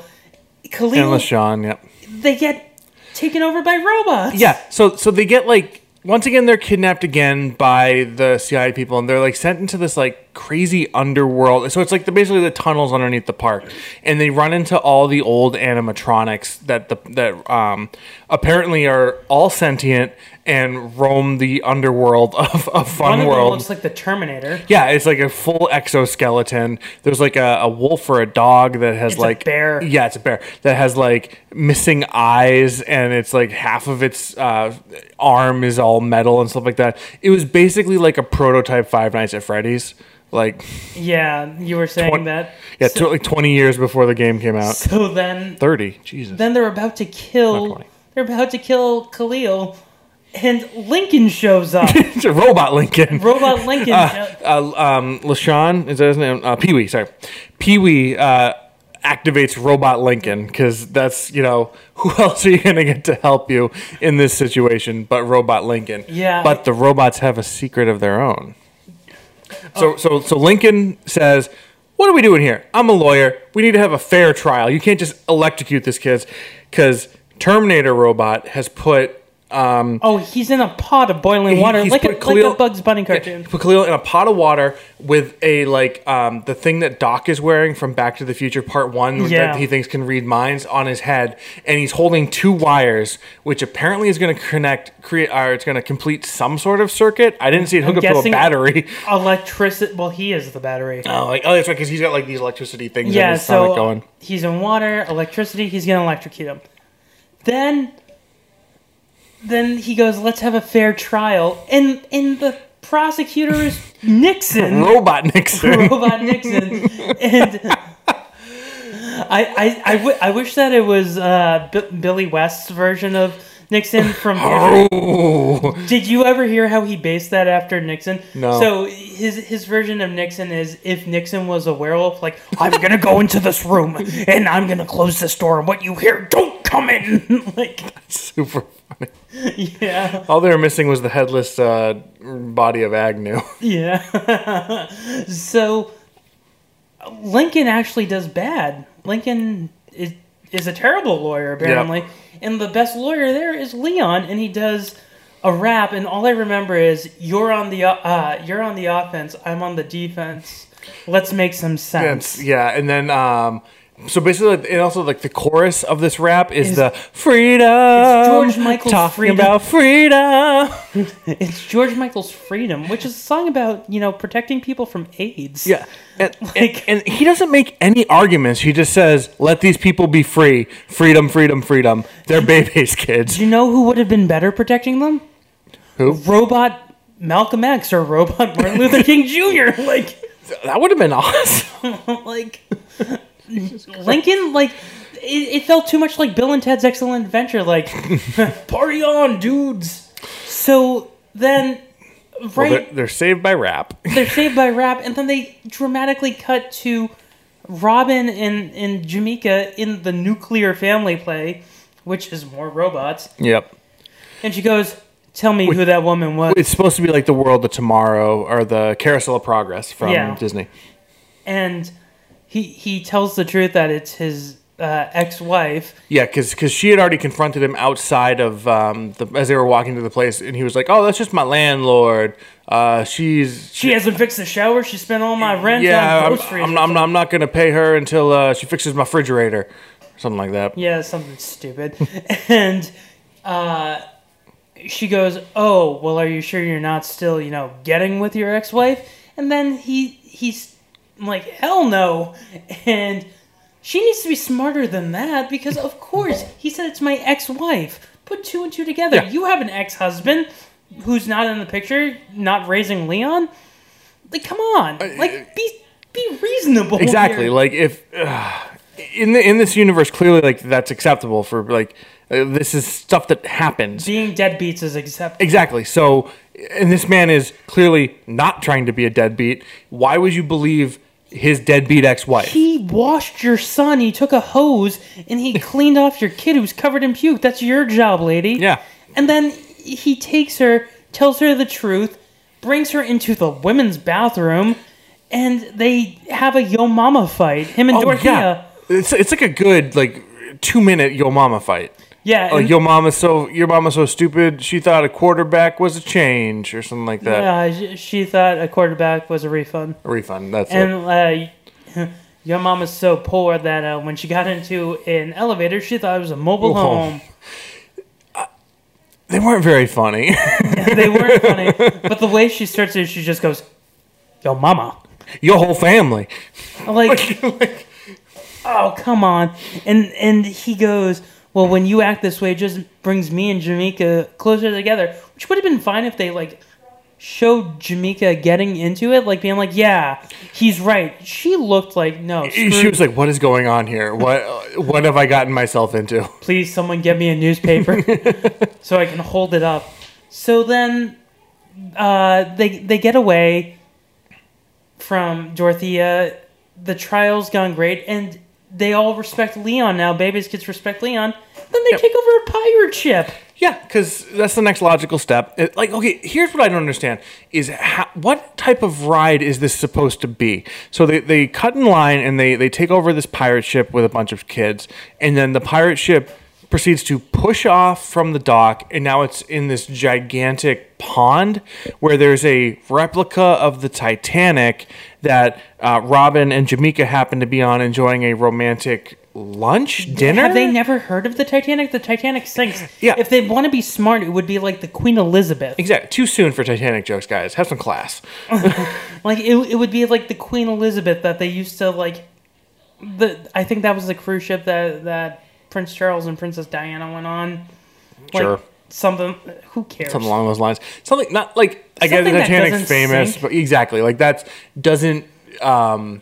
Speaker 1: And
Speaker 2: Khalil.
Speaker 1: LaShawn, yep.
Speaker 2: They get taken over by robots.
Speaker 1: Yeah. So so they get like once again they're kidnapped again by the CIA people and they're like sent into this like crazy underworld. So it's like the, basically the tunnels underneath the park, and they run into all the old animatronics that the that um, apparently are all sentient and roam the underworld of, of
Speaker 2: One
Speaker 1: Fun
Speaker 2: of them
Speaker 1: World.
Speaker 2: looks like the Terminator.
Speaker 1: Yeah, it's like a full exoskeleton. There's like a, a wolf or a dog that has
Speaker 2: It's a
Speaker 1: like
Speaker 2: bear.
Speaker 1: Yeah, it's a bear that has like missing eyes, and it's like half of its uh, arm is all metal and stuff like that. It was basically like a prototype Five Nights at Freddy's, like
Speaker 2: Yeah, you were saying
Speaker 1: Twen-
Speaker 2: that.
Speaker 1: yeah,
Speaker 2: So,
Speaker 1: tw- like twenty years before the game came out.
Speaker 2: so then,
Speaker 1: Thirty, Jesus.
Speaker 2: then they're about to
Speaker 1: Not
Speaker 2: kill.
Speaker 1: 20.
Speaker 2: They're about to kill Khalil, and Lincoln shows up.
Speaker 1: it's a robot Lincoln.
Speaker 2: Robot Lincoln. show-
Speaker 1: uh, um, LaShawn, is that his name? Uh, Pee Wee, sorry. Pee Wee uh, activates Robot Lincoln because that's, you know, who else are you going to get to help you in this situation but Robot Lincoln?
Speaker 2: Yeah.
Speaker 1: But the robots have a secret of their own. So, so, so Lincoln says, What are we doing here? I'm a lawyer. We need to have a fair trial. You can't just electrocute this kid because Terminator Robot has put. Um,
Speaker 2: oh, he's in a pot of boiling
Speaker 1: He-
Speaker 2: water,
Speaker 1: he's
Speaker 2: like a,
Speaker 1: put Khalil-
Speaker 2: like a Bugs Bunny
Speaker 1: yeah,
Speaker 2: cartoon.
Speaker 1: put Khalil in a pot of water with a like um, the thing that Doc is wearing from Back to the Future Part One
Speaker 2: Yeah.
Speaker 1: that he thinks can read minds on his head, and he's holding two wires, which apparently is going to connect, create, or it's going to complete some sort of circuit. I didn't see it hook up to a
Speaker 2: guessing-
Speaker 1: battery.
Speaker 2: Electricity. Well, he is the battery.
Speaker 1: Oh, like, oh, that's right, because he's got like these electricity things. in
Speaker 2: yeah,
Speaker 1: his stomach
Speaker 2: so
Speaker 1: going.
Speaker 2: he's in water, electricity. He's gonna electrocute him. Then, then he goes, "Let's have a fair trial," and and the prosecutor is Nixon.
Speaker 1: Robot Nixon.
Speaker 2: robot Nixon. and I, I, I, w- I wish that it was uh, B- Billy West's version of Nixon from.
Speaker 1: Oh.
Speaker 2: Did you ever hear how he based that after Nixon?
Speaker 1: No.
Speaker 2: So his his version of Nixon is if Nixon was a werewolf, like I'm gonna go into this room and I'm gonna close this door, and what you hear, don't come in. like,
Speaker 1: Super funny.
Speaker 2: yeah.
Speaker 1: All they were missing was the headless uh, body of Agnew.
Speaker 2: Yeah. so Lincoln actually does bad. Lincoln is, is a terrible lawyer, apparently. And the best lawyer there is Leon, and he does a wrap, and all I remember is you're on the uh, you're on the offense, I'm on the defense. Let's make some sense.
Speaker 1: Yeah, and then um, so basically, and also like the chorus of this rap is,
Speaker 2: Is-
Speaker 1: the freedom.
Speaker 2: It's George Michael's
Speaker 1: talking
Speaker 2: freedom.
Speaker 1: about freedom.
Speaker 2: it's George Michael's "Freedom," which is a song about you know protecting people from AIDS.
Speaker 1: Yeah, and, and, and he doesn't make any arguments. He just says, "Let these people be free. Freedom, freedom, freedom. They're baby's kids."
Speaker 2: Do you know who would have been better protecting them?
Speaker 1: Who?
Speaker 2: Robot Malcolm X or Robot Martin Luther King Jr. Like
Speaker 1: that would have been awesome.
Speaker 2: like Lincoln, like it, it felt too much like Bill and Ted's Excellent Adventure. Like party on, dudes. So then, right?
Speaker 1: Well, they're, they're saved by rap.
Speaker 2: they're saved by rap, and then they dramatically cut to Robin and and Jamaica in the nuclear family play, which is more robots.
Speaker 1: Yep.
Speaker 2: And she goes, "Tell me who that woman was."
Speaker 1: It's supposed to be like the world of tomorrow or the carousel of progress from
Speaker 2: Yeah.
Speaker 1: Disney.
Speaker 2: And he he tells the truth that it's his uh, ex wife.
Speaker 1: Yeah, because she had already confronted him outside of um, the, as they were walking to the place, and he was like, "Oh, that's just my landlord. Uh, she's
Speaker 2: She hasn't fixed the shower. She spent all my rent
Speaker 1: yeah,
Speaker 2: on
Speaker 1: I'm,
Speaker 2: groceries.
Speaker 1: I'm, I'm, I'm not gonna pay her until uh, she fixes my refrigerator, something like that."
Speaker 2: Yeah, something stupid. and uh, she goes, "Oh, well, are you sure you're not still, you know, getting with your ex-wife?" And then he he's like, "Hell no!" And she needs to be smarter than that because, of course, he said it's my ex-wife. Put two and two together.
Speaker 1: Yeah.
Speaker 2: You have an ex-husband who's not in the picture, not raising Leon. Like, come on, like be be reasonable. here.
Speaker 1: Uh, exactly like if uh, in the in this universe clearly like that's acceptable for like uh, this is stuff that happens
Speaker 2: being deadbeats is acceptable.
Speaker 1: exactly so and this man is clearly not trying to be a deadbeat why would you believe his deadbeat ex-wife
Speaker 2: He washed your son. He took a hose and he cleaned off your kid who's covered in puke. That's your job, lady.
Speaker 1: yeah
Speaker 2: And then he takes her, tells her the truth, brings her into the women's bathroom, and they have a yo mama fight.
Speaker 1: Oh
Speaker 2: Him and Dorothea. Yeah.
Speaker 1: it's, it's like a good like two minute yo mama fight like
Speaker 2: and-
Speaker 1: yo mama's so your mama's so stupid she thought a quarterback was a change or something like that
Speaker 2: yeah, she- uh, she thought a quarterback was a refund.
Speaker 1: a refund that's it
Speaker 2: And uh, your mama's so poor that uh, when she got into an elevator, she thought it was a mobile
Speaker 1: Mobile home.
Speaker 2: home.
Speaker 1: they weren't very funny
Speaker 2: they weren't funny. But the way she starts it, she just goes, "Yo, mama,"
Speaker 1: your whole family
Speaker 2: like, "Oh, come on!" And and he goes, "Well, when you act this way, it just brings me and Jamaica closer together," which would have been fine if they like showed Jamaica getting into it, like being like, "Yeah, he's right." She looked like, "No,
Speaker 1: she
Speaker 2: screw-
Speaker 1: was like, "What is going on here? What what have I gotten myself into?"
Speaker 2: please someone get me a newspaper so I can hold it up. So then uh, they they get away from Dorothea. The trial's gone great, and they all respect Leon now. Baby's kids respect Leon. Then they take over a pirate ship.
Speaker 1: Yeah, because that's the next logical step. It- like, okay, here's what I don't understand: is how, what type of ride is this supposed to be? So they, they cut in line and they they take over this pirate ship with a bunch of kids, and then the pirate ship proceeds to push off from the dock, and now it's in this gigantic pond where there's a replica of the Titanic that uh, Robin and Jamaica happen to be on, enjoying a romantic lunch dinner.
Speaker 2: Have they never heard of the Titanic? The Titanic sinks.
Speaker 1: Yeah.
Speaker 2: If they want to be smart, it would be like the Queen Elizabeth.
Speaker 1: Exactly. Too soon for Titanic jokes, guys. Have some class.
Speaker 2: Like it, it would be like the Queen Elizabeth that they used to like. The I think that was the cruise ship that that Prince Charles and Princess Diana went on. Like,
Speaker 1: Sure.
Speaker 2: Something. Who cares?
Speaker 1: Something along those lines. Something not like I guess the
Speaker 2: Something that
Speaker 1: Titanic's
Speaker 2: doesn't
Speaker 1: famous,
Speaker 2: sink.
Speaker 1: but exactly like that's doesn't um,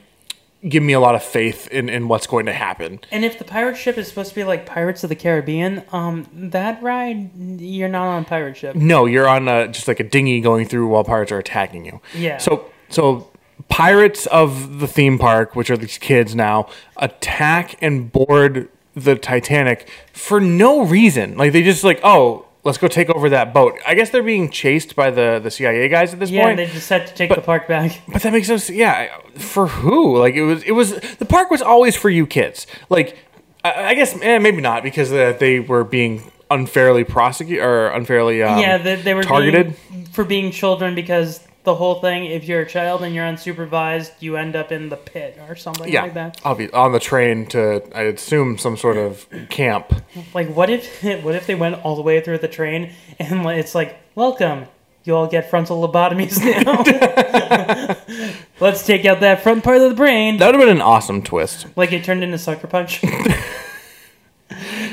Speaker 1: give me a lot of faith in, in what's going to happen.
Speaker 2: And if the pirate ship is supposed to be like Pirates of the Caribbean, um, that ride you're not on a pirate ship.
Speaker 1: No, you're on a, just like a dinghy going through while pirates are attacking you.
Speaker 2: Yeah.
Speaker 1: So so pirates of the theme park, which are these kids now, attack and board the Titanic for no reason. Like they just like oh. Let's go take over that boat. I guess they're being chased by the, the CIA guys at this
Speaker 2: Yeah,
Speaker 1: point.
Speaker 2: they just had to take
Speaker 1: But-
Speaker 2: the park back.
Speaker 1: But that makes no sense. Yeah, for who? Like it was. It was the park was always for you kids. Like I, I guess eh, maybe not because uh, they were being unfairly prosecuted or unfairly um,
Speaker 2: yeah, they, they were
Speaker 1: targeted.
Speaker 2: being- for being children because the whole thing. If you're a child and you're unsupervised, you end up in the pit or something
Speaker 1: yeah,
Speaker 2: like that.
Speaker 1: obvi- on the train to I assume some sort of camp.
Speaker 2: Like, what if what if they went all the way through the train and like, it's like, welcome, you all get frontal lobotomies now. Let's take out that front part of the brain.
Speaker 1: That would have been an awesome twist.
Speaker 2: Like it turned into sucker punch.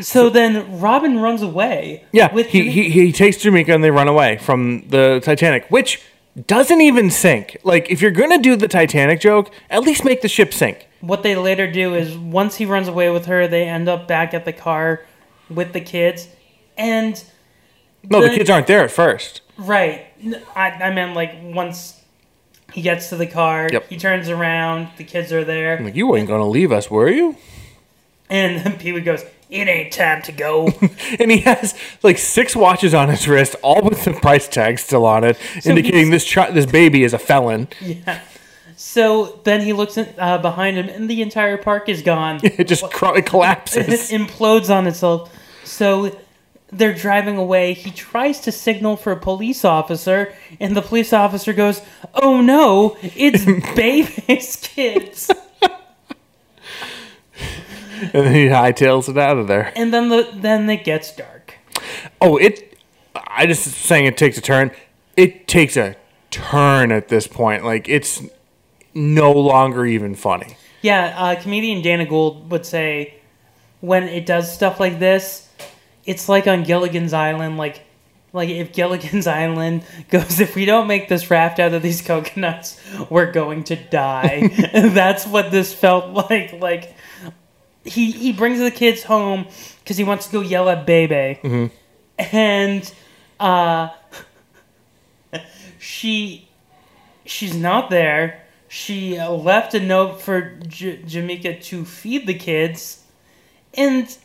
Speaker 2: so then Robin runs away.
Speaker 1: Yeah, he, he he takes Jamaica and they run away from the Titanic, which doesn't even sink. Like if you're gonna do the Titanic joke, at least make the ship sink.
Speaker 2: What they later do is once he runs away with her, they end up back at the car with the kids. And
Speaker 1: No, the kids aren't there at first.
Speaker 2: Right. N- I, I meant like once he gets to the car,
Speaker 1: Yep.
Speaker 2: he turns around, the kids are there,
Speaker 1: I'm like, you ain't gonna leave us, were you?
Speaker 2: and Pee Wee goes, "It ain't time to go."
Speaker 1: And he has like six watches on his wrist, all with the price tag still on it,
Speaker 2: So
Speaker 1: indicating
Speaker 2: he's-
Speaker 1: this chi- this baby is a felon.
Speaker 2: yeah. So then he looks in, uh, behind him, and the entire park is gone.
Speaker 1: It just cr- it collapses.
Speaker 2: it implodes on itself. So they're driving away. He tries to signal for a police officer, and the police officer goes, "Oh no, it's baby's kids."
Speaker 1: and then he hightails it out of there.
Speaker 2: And then the then it gets dark.
Speaker 1: Oh, it. I just saying it takes a turn. It takes a turn at this point. Like it's no longer even funny.
Speaker 2: Yeah, uh, comedian Dana Gould would say when it does stuff like this, it's like on Gilligan's Island. Like, like if Gilligan's Island goes, if we don't make this raft out of these coconuts, we're going to die. That's what this felt like. Like, he he brings the kids home because he wants to go yell at Bebe,
Speaker 1: Mhm.
Speaker 2: and uh, she she's not there. She uh, left a note for J- Jamaica to feed the kids, and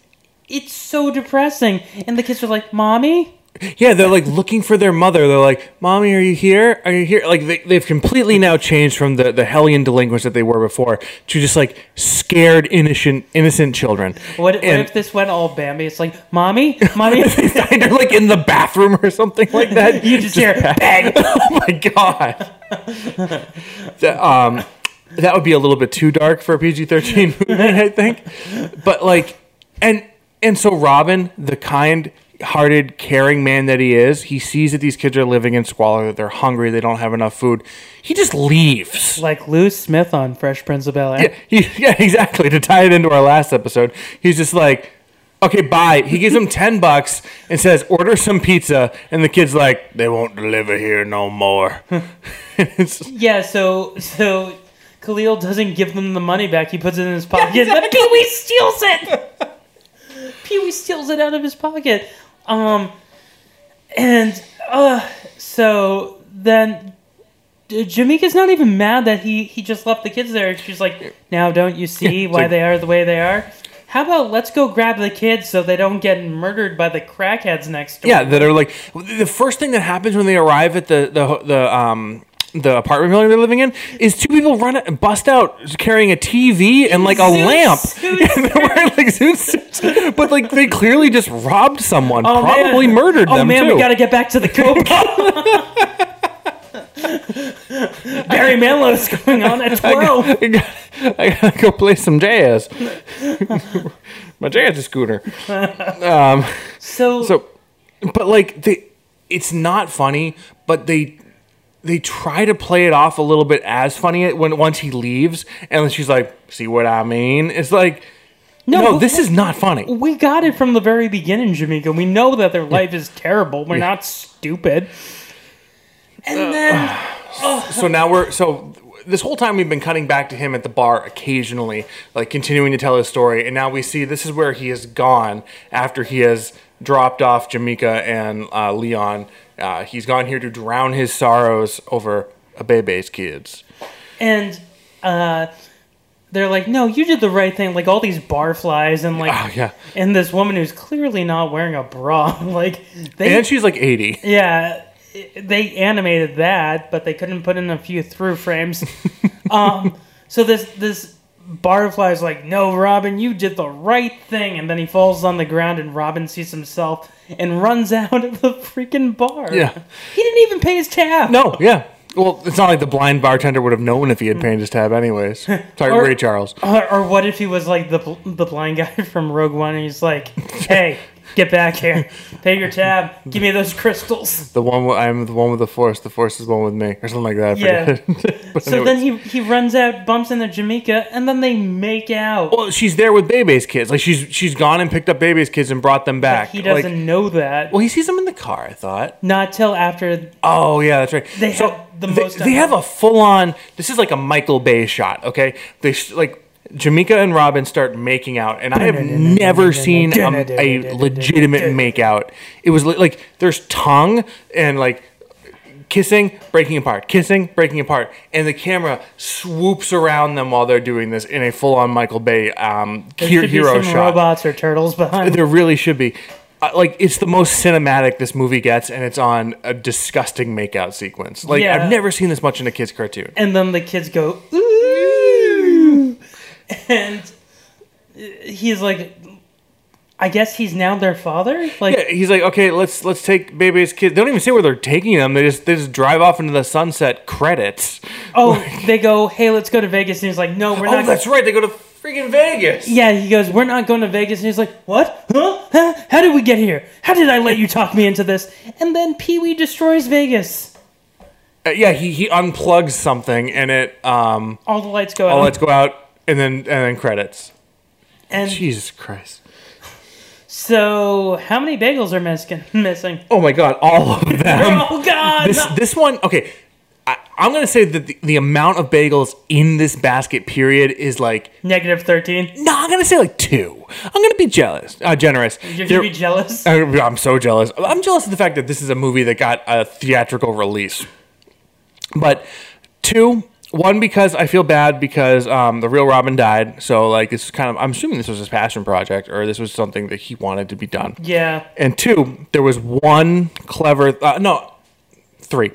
Speaker 2: it's so depressing. And the kids are like, "Mommy."
Speaker 1: Yeah, they're like looking for their mother. They're like, "Mommy, are you here? Are you here?" Like they, they've completely now changed from the the hellion delinquents that they were before to just like scared innocent innocent children.
Speaker 2: What, what
Speaker 1: And-
Speaker 2: if this went all Bambi? It's like, mommy, mommy.
Speaker 1: they find her like in the bathroom or something like that.
Speaker 2: You just hear, bang.
Speaker 1: oh my god. That, um, that would be a little bit too dark for a PG thirteen movie, I think. But like, and and so Robin, the kind hearted caring man that he is he sees that these kids are living in squalor that they're hungry they don't have enough food he just leaves
Speaker 2: like Lou Smith on Fresh Prince of Bel Air.
Speaker 1: yeah, he- yeah exactly to tie it into our last episode he's just like okay bye he gives him 10 bucks and says order some pizza and the kid's like they won't deliver here no more
Speaker 2: Yeah, so so Khalil doesn't give them the money back. He puts it in his pocket. Pee Wee steals it. Pee Wee steals it out of his pocket. Um, and uh, so then J- Jamaica's not even mad that he he just left the kids there. She's like, now don't you see
Speaker 1: Yeah, it's
Speaker 2: why
Speaker 1: like-
Speaker 2: they are the way they are? How about let's go grab the kids so they don't get murdered by the crackheads next door?
Speaker 1: Yeah, that are like the first thing that happens when they arrive at the the the um the apartment building they're living in is two people run and bust out carrying a TV and like a
Speaker 2: Zoot
Speaker 1: lamp.
Speaker 2: suits.
Speaker 1: And they're wearing like zoot suits, but like they clearly just robbed someone,
Speaker 2: Oh, man.
Speaker 1: probably murdered
Speaker 2: Oh
Speaker 1: them
Speaker 2: man,
Speaker 1: too.
Speaker 2: we gotta get back to the Coke. Barry Manilow's going on at twelve.
Speaker 1: I gotta, I gotta go play some jazz. My jazz scooter. Um,
Speaker 2: so
Speaker 1: so, but like they, it's not funny, but they they try to play it off a little bit as funny when once he leaves, and then she's like, "See what I mean?" It's like,
Speaker 2: No,
Speaker 1: no,
Speaker 2: but-
Speaker 1: this is not funny.
Speaker 2: We got it from the very beginning, Jamaica. We know that their life is terrible. We're
Speaker 1: Yeah.
Speaker 2: not stupid. And then
Speaker 1: so now we're so this whole time we've been cutting back to him at the bar occasionally like continuing to tell his story and now we see this is where he is gone after he has dropped off jamaica and uh, leon uh, he's gone here to drown his sorrows over a bebe's kids
Speaker 2: and uh, they're like, "No, you did the right thing." Like all these barflies and like
Speaker 1: Oh, yeah.
Speaker 2: and this woman who's clearly not wearing a bra. Like they
Speaker 1: and she's like 80
Speaker 2: Yeah, i- they animated that, but they couldn't put in a few through frames. um, so this this Barfly's like, "No, Robin, you did the right thing," and then he falls on the ground, and Robin sees himself and runs out of the freaking bar.
Speaker 1: Yeah.
Speaker 2: he didn't even pay his tab.
Speaker 1: No, yeah. Well, it's not like the blind bartender would have known if he had paid his tab, anyways. Sorry,
Speaker 2: Or-
Speaker 1: Ray Charles.
Speaker 2: Or, or what if he was like the bl- the blind guy from Rogue One, and he's like, "Hey, get back here, pay your tab, give me those crystals."
Speaker 1: The one with, I'm the one with the force. The force is one with me, or something like that. I
Speaker 2: Yeah.
Speaker 1: forget. But
Speaker 2: So
Speaker 1: anyway.
Speaker 2: then he he runs out, bumps into Jamaica, and then they make out.
Speaker 1: well, she's there with Bebe's kids. Like she's she's gone and picked up Bebe's kids and brought them back.
Speaker 2: he doesn't
Speaker 1: Like,
Speaker 2: know that.
Speaker 1: well, he sees them in the car. I thought.
Speaker 2: Not till after
Speaker 1: Oh yeah, that's right.
Speaker 2: They
Speaker 1: so
Speaker 2: have the
Speaker 1: they,
Speaker 2: most
Speaker 1: They have a full on. This is like a Michael Bay shot. Okay, they sh- like. Jamaica and Robin start making out, and I have never seen a, a legitimate make out. It was li- like there's tongue and like kissing, breaking apart, kissing, breaking apart, and the camera swoops around them while they're doing this in a full on Michael Bay um,
Speaker 2: there
Speaker 1: he-
Speaker 2: should
Speaker 1: hero
Speaker 2: be some
Speaker 1: shot.
Speaker 2: robots or turtles behind.
Speaker 1: There really should be. Uh, like it's the most cinematic this movie gets, and it's on a disgusting makeout sequence. Like
Speaker 2: Yeah.
Speaker 1: I've never seen this much in a kids cartoon.
Speaker 2: and then the kids go ooh, and he's like, I guess he's now their father. Like
Speaker 1: Yeah, he's like, okay, let's let's take Bebe's kids. They don't even say where they're taking them. They just they just drive off into the sunset. Credits.
Speaker 2: Oh, they go, hey, let's go to Vegas. And he's like, no, we're
Speaker 1: Oh,
Speaker 2: not.
Speaker 1: that's right. They go to freaking Vegas.
Speaker 2: yeah, he goes, we're not going to Vegas. And he's like, what? Huh? Huh? How did we get here? How did I let you talk me into this? And then Pee Wee destroys Vegas.
Speaker 1: Uh, yeah, he he unplugs something, and it um.
Speaker 2: All the lights go out.
Speaker 1: Oh, let's go out, and then and then credits.
Speaker 2: and
Speaker 1: Jesus Christ.
Speaker 2: so, how many bagels are Mexican missing?
Speaker 1: Oh my God! All of them.
Speaker 2: oh, God.
Speaker 1: this this one okay I, i'm gonna say that the, the amount of bagels in this basket period is like
Speaker 2: Negative 13.
Speaker 1: no i'm gonna say like two i'm gonna be jealous uh, generous
Speaker 2: You're
Speaker 1: There-
Speaker 2: going to be jealous?
Speaker 1: I- i'm so jealous i'm jealous of the fact that this is a movie that got a theatrical release but two one because I feel bad because um, the real Robin died, so like this is kind of I'm assuming this was his passion project or this was something that he wanted to be done.
Speaker 2: Yeah.
Speaker 1: And two, there was one clever. Uh, no, three.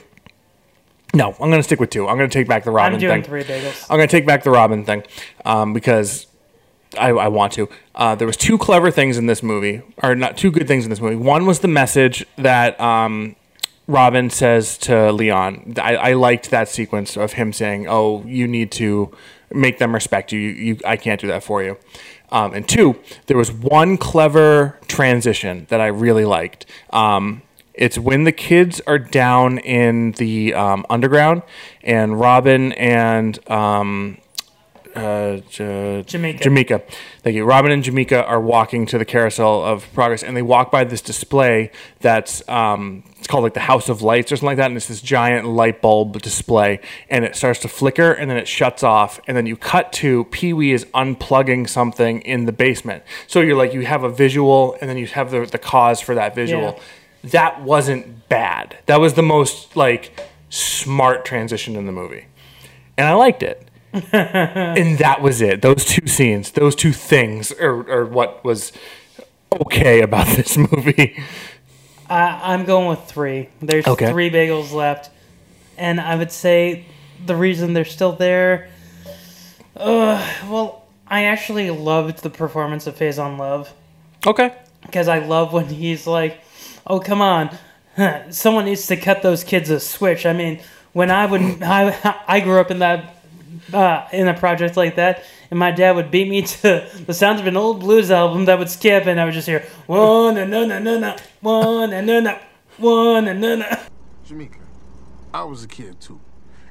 Speaker 1: No, I'm going to stick with two. I'm going to take back the Robin
Speaker 2: I'm doing
Speaker 1: thing.
Speaker 2: three bagels.
Speaker 1: I'm going to take back the Robin thing um, because I, I want to. Uh, there was two clever things in this movie, or not two good things in this movie. One was the message that um, Robin says to Leon. I, I liked that sequence of him saying, "Oh, you need to make them respect you. You, you I can't do that for you." Um, and two, there was one clever transition that I really liked. Um, it's when the kids are down in the um, underground, and Robin and um, uh, J-
Speaker 2: Jamaica.
Speaker 1: Jamaica. Thank you. Robin and Jamaica are walking to the Carousel of Progress, and they walk by this display that's um, it's called like the House of Lights or something like that, and it's this giant light bulb display, and it starts to flicker, and then it shuts off, and then you cut to Pee Wee is unplugging something in the basement. So you're like you have a visual, and then you have the the cause for that visual. That wasn't bad. That was the most like smart transition in the movie, and I liked it and that was it. Those two scenes, those two things, are, are what was okay about this movie.
Speaker 2: I, I'm going with three. There's
Speaker 1: Okay.
Speaker 2: three bagels left. And I would say the reason they're still there. Uh, well, I actually loved the performance of Phase on Love.
Speaker 1: Okay.
Speaker 2: Because I love when he's like, oh, come on. Huh, Someone needs to cut those kids a switch. I mean, when I would, I, I grew up in that, uh, in a project like that, and my dad would beat me to the sounds of an old blues album that would skip, and I would just hear, one, and no, no, no, no, one, and no, no, one, and no, no.
Speaker 7: Jamaica, I was a kid too.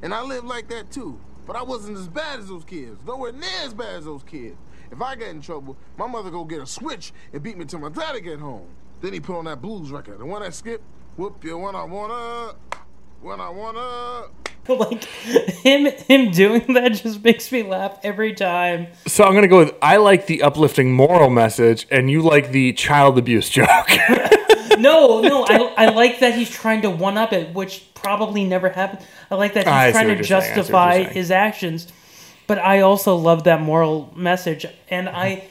Speaker 7: And I lived like that too. But I wasn't as bad as those kids. Nowhere near as bad as those kids. If I got in trouble, my mother go get a switch and beat me till my daddy get home. Then he put on that blues record. The one that skipped, whoop you when I wanna, when I wanna.
Speaker 2: Like, him, him doing that just makes me laugh every time.
Speaker 1: So I'm gonna go with I like the uplifting moral message, and you like the child abuse joke.
Speaker 2: No, no, I, I like that he's trying to one up it, which probably never happened. I like that he's
Speaker 1: I see
Speaker 2: trying
Speaker 1: what
Speaker 2: to
Speaker 1: you're saying, I see what you're
Speaker 2: justify
Speaker 1: saying. Mm-hmm.
Speaker 2: his actions, but I also love that moral message, and I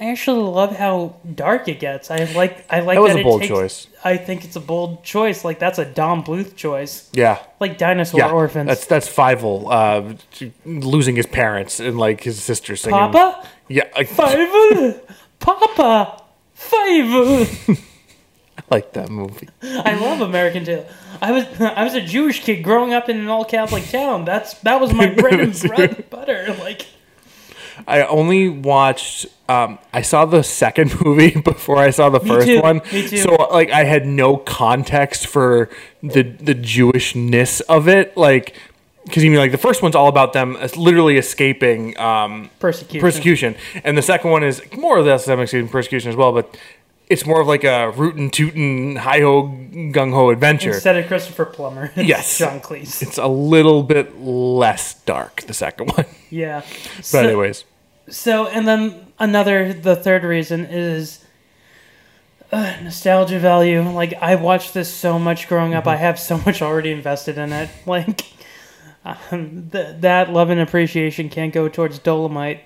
Speaker 2: I actually love how dark it gets. I like I like
Speaker 1: That was a
Speaker 2: it
Speaker 1: bold
Speaker 2: takes-
Speaker 1: choice.
Speaker 2: I think it's a bold choice. Like that's a Don Bluth choice.
Speaker 1: Yeah.
Speaker 2: Like Dinosaur
Speaker 1: yeah,
Speaker 2: Orphans.
Speaker 1: That's that's Fievel uh, t- losing his parents and like his sister singing.
Speaker 2: Papa?
Speaker 1: Yeah, I
Speaker 2: Fievel? Papa? Fievel?
Speaker 1: like that movie.
Speaker 2: I love American Tail. I was I was a Jewish kid growing up in an all Catholic town. That's that was my bread and bread butter. Like
Speaker 1: I only watched. Um, I saw the second movie before I saw the
Speaker 2: Me
Speaker 1: first
Speaker 2: too,
Speaker 1: one.
Speaker 2: me too.
Speaker 1: So like I had no context for the the Jewishness of it. Like because you mean like the first one's all about them es- literally escaping um,
Speaker 2: Persecution.
Speaker 1: persecution, and the second one is more or less them escaping persecution as well, but. It's more of like a rootin' tootin' hi ho gung ho adventure.
Speaker 2: instead of Christopher Plummer, it's
Speaker 1: Yes.
Speaker 2: John Cleese.
Speaker 1: it's a little bit less dark, the second one.
Speaker 2: Yeah.
Speaker 1: But
Speaker 2: So-
Speaker 1: anyways,
Speaker 2: So, and then another, the third reason is uh, nostalgia value. Like, I watched this so much growing
Speaker 1: Mm-hmm.
Speaker 2: up. I have so much already invested in it. Like, um, th- that love and appreciation can't go towards Dolomite.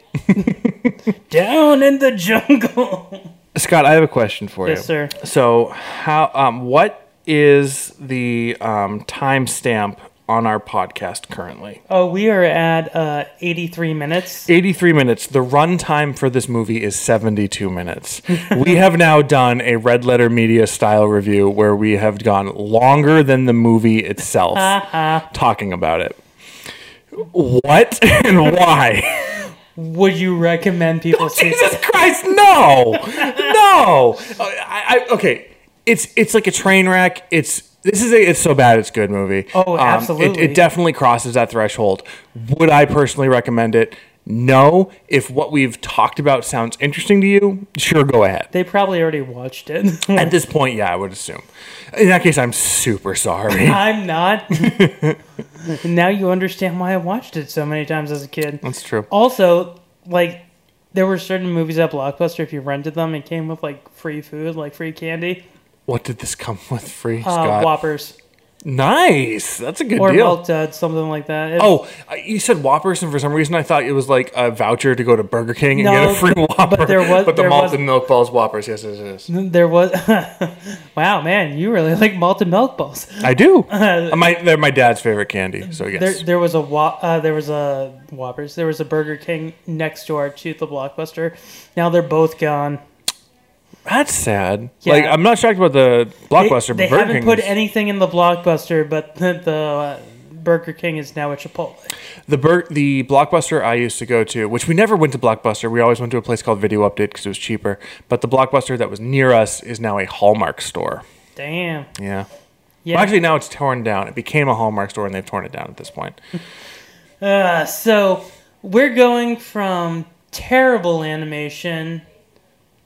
Speaker 2: Down in the jungle.
Speaker 1: Scott, I have a question for
Speaker 2: Yes,
Speaker 1: you.
Speaker 2: sir.
Speaker 1: So, how um what is the um timestamp on our podcast currently?
Speaker 2: Oh, we are at uh, 83 minutes.
Speaker 1: 83 minutes. The runtime for this movie is 72 minutes. we have now done a red letter media style review where we have gone longer than the movie itself
Speaker 2: Uh-huh.
Speaker 1: talking about it. What and why?
Speaker 2: Would you recommend people see
Speaker 1: Jesus Christ, no, no. I, I, okay, it's it's like a train wreck. It's this is a it's so bad it's good movie. Um,
Speaker 2: Oh,
Speaker 1: it-
Speaker 2: absolutely.
Speaker 1: It, definitely crosses that threshold. Would I personally recommend it? No. If what we've talked about sounds interesting to you, sure, go ahead.
Speaker 2: They probably already watched it.
Speaker 1: At this point, yeah, I would assume. In that case, I'm super sorry.
Speaker 2: I'm not. now you understand why I watched it so many times as a kid.
Speaker 1: That's true.
Speaker 2: Oh. Also, like, there were certain movies at Blockbuster, if you rented them, it came with, like, free food, like free candy.
Speaker 1: What did this come with free,
Speaker 2: Uh,
Speaker 1: Scott?
Speaker 2: Whoppers.
Speaker 1: Nice. That's a good
Speaker 2: or
Speaker 1: deal.
Speaker 2: Milk Duds, something like that. It-
Speaker 1: Oh, uh, you said Whoppers, and for some reason I thought it was like a voucher to go to Burger King and
Speaker 2: No,
Speaker 1: get a free
Speaker 2: but-
Speaker 1: Whopper.
Speaker 2: but there was-
Speaker 1: but the
Speaker 2: there
Speaker 1: malt
Speaker 2: was-
Speaker 1: and milk balls Whoppers. Yes, yes, yes.
Speaker 2: There was. wow, man, you really like malted milk balls.
Speaker 1: I do.
Speaker 2: Uh,
Speaker 1: Uh, my they're my dad's favorite candy. So yes.
Speaker 2: There, there was a Wha- uh, there was a Whoppers. There was a Burger King next door to the Blockbuster. Now they're both gone.
Speaker 1: That's sad.
Speaker 2: Yeah.
Speaker 1: Like I'm not shocked about the
Speaker 2: They-
Speaker 1: blockbuster.
Speaker 2: They,
Speaker 1: but Burger
Speaker 2: haven't
Speaker 1: King
Speaker 2: put
Speaker 1: is-
Speaker 2: anything in the blockbuster, but the, the uh, Burger King is now a Chipotle.
Speaker 1: the Bur- the blockbuster I used to go to, which we never went to blockbuster. We always went to a place called Video Update because it was cheaper. But the blockbuster that was near us is now a Hallmark store.
Speaker 2: Damn.
Speaker 1: Yeah.
Speaker 2: Yeah.
Speaker 1: Well, actually, now it's torn down. It became a Hallmark store, and they've torn it down at this point.
Speaker 2: Uh, so we're going from terrible animation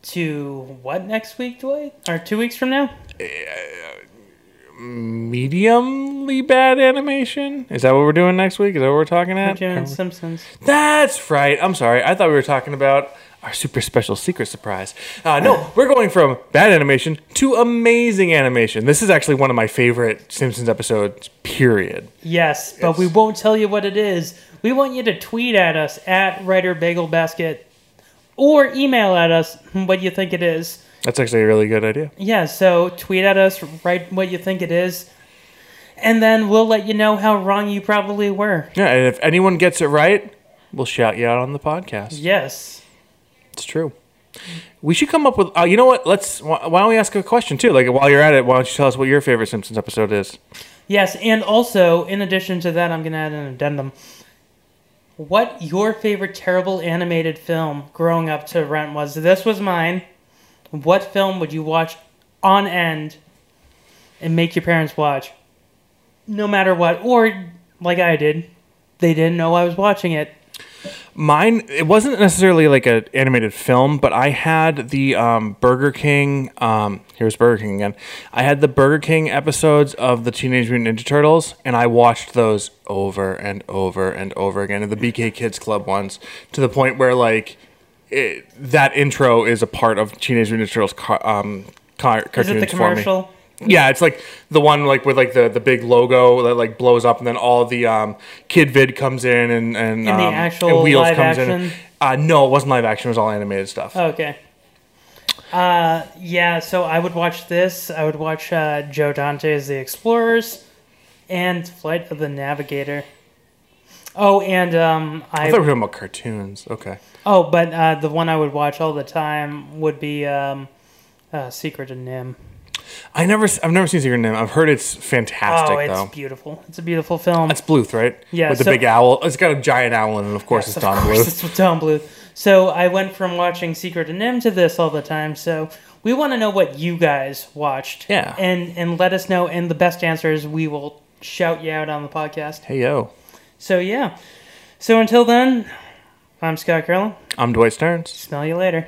Speaker 2: to what next week, Dwight? Or two weeks from now?
Speaker 1: mediumly bad animation. Is that what we're doing next week? Is that what we're talking
Speaker 2: We're
Speaker 1: at?
Speaker 2: doing Simpsons.
Speaker 1: That's right. I'm sorry. I thought we were talking about our super special secret surprise. Uh, no, we're going from bad animation to amazing animation. This is actually one of my favorite Simpsons episodes. Period.
Speaker 2: Yes, but we won't tell you what it is. We want you to tweet at us at Writer Bagel Basket or email at us what you think it is.
Speaker 1: That's actually a really good idea.
Speaker 2: Yeah, so tweet at us, write what you think it is, and then we'll let you know how wrong you probably were.
Speaker 1: Yeah, and if anyone gets it right, we'll shout you out on the podcast.
Speaker 2: Yes.
Speaker 1: It's true. We should come up with. Uh, you know what? Let's. Why why don't we ask a question too? Like while you're at it, why don't you tell us what your favorite Simpsons episode is?
Speaker 2: Yes, and also, in addition to that, I'm going to add an addendum. What your favorite terrible animated film growing up to rent was? This was mine. What film would you watch on end and make your parents watch? No matter what. Or, like I did, they didn't know I was watching it.
Speaker 1: Mine, it wasn't necessarily like an animated film, but I had the um, Burger King. Um, here's Burger King again. I had the Burger King episodes of the Teenage Mutant Ninja Turtles, and I watched those over and over and over again, and the BK Kids Club ones, to the point where like it, that intro is a part of Teenage Mutant Ninja Turtles car, um, car,
Speaker 2: Is
Speaker 1: cartoons
Speaker 2: it the
Speaker 1: for me.
Speaker 2: commercial?
Speaker 1: Yeah, it's like the one like with like the, the big logo that like blows up, and then all the um, kid vid comes in and and,
Speaker 2: And the
Speaker 1: um,
Speaker 2: actual live action? Oh,
Speaker 1: in. Uh, no, it wasn't live action. It was all animated stuff.
Speaker 2: Okay. Uh, yeah, so I would watch this. I would watch uh, Joe Dante's The Explorers and Flight of the Navigator. Oh, and um,
Speaker 1: I,
Speaker 2: I.
Speaker 1: thought we were talking about cartoons. Okay.
Speaker 2: oh, but uh, the one I would watch all the time would be um, uh, Secret of Nim.
Speaker 1: I never, s- I've never seen Secret Name. I've heard it's fantastic
Speaker 2: oh, it's
Speaker 1: though.
Speaker 2: beautiful. It's a beautiful film.
Speaker 1: That's Bluth, right?
Speaker 2: Yeah,
Speaker 1: With the
Speaker 2: so-
Speaker 1: big owl. It's got a giant owl in it. Of course,
Speaker 2: Yes,
Speaker 1: it's Don
Speaker 2: of course
Speaker 1: Bluth.
Speaker 2: It's with Don Bluth. So I went from watching Secret and Nim to this all the time. So we want to know what you guys watched.
Speaker 1: Yeah.
Speaker 2: And and let us know. And the best answer is we will shout you out on the podcast.
Speaker 1: Hey yo,
Speaker 2: So yeah. So until then, I'm Scott Curlin.
Speaker 1: I'm Dwight Stearns.
Speaker 2: Smell you later.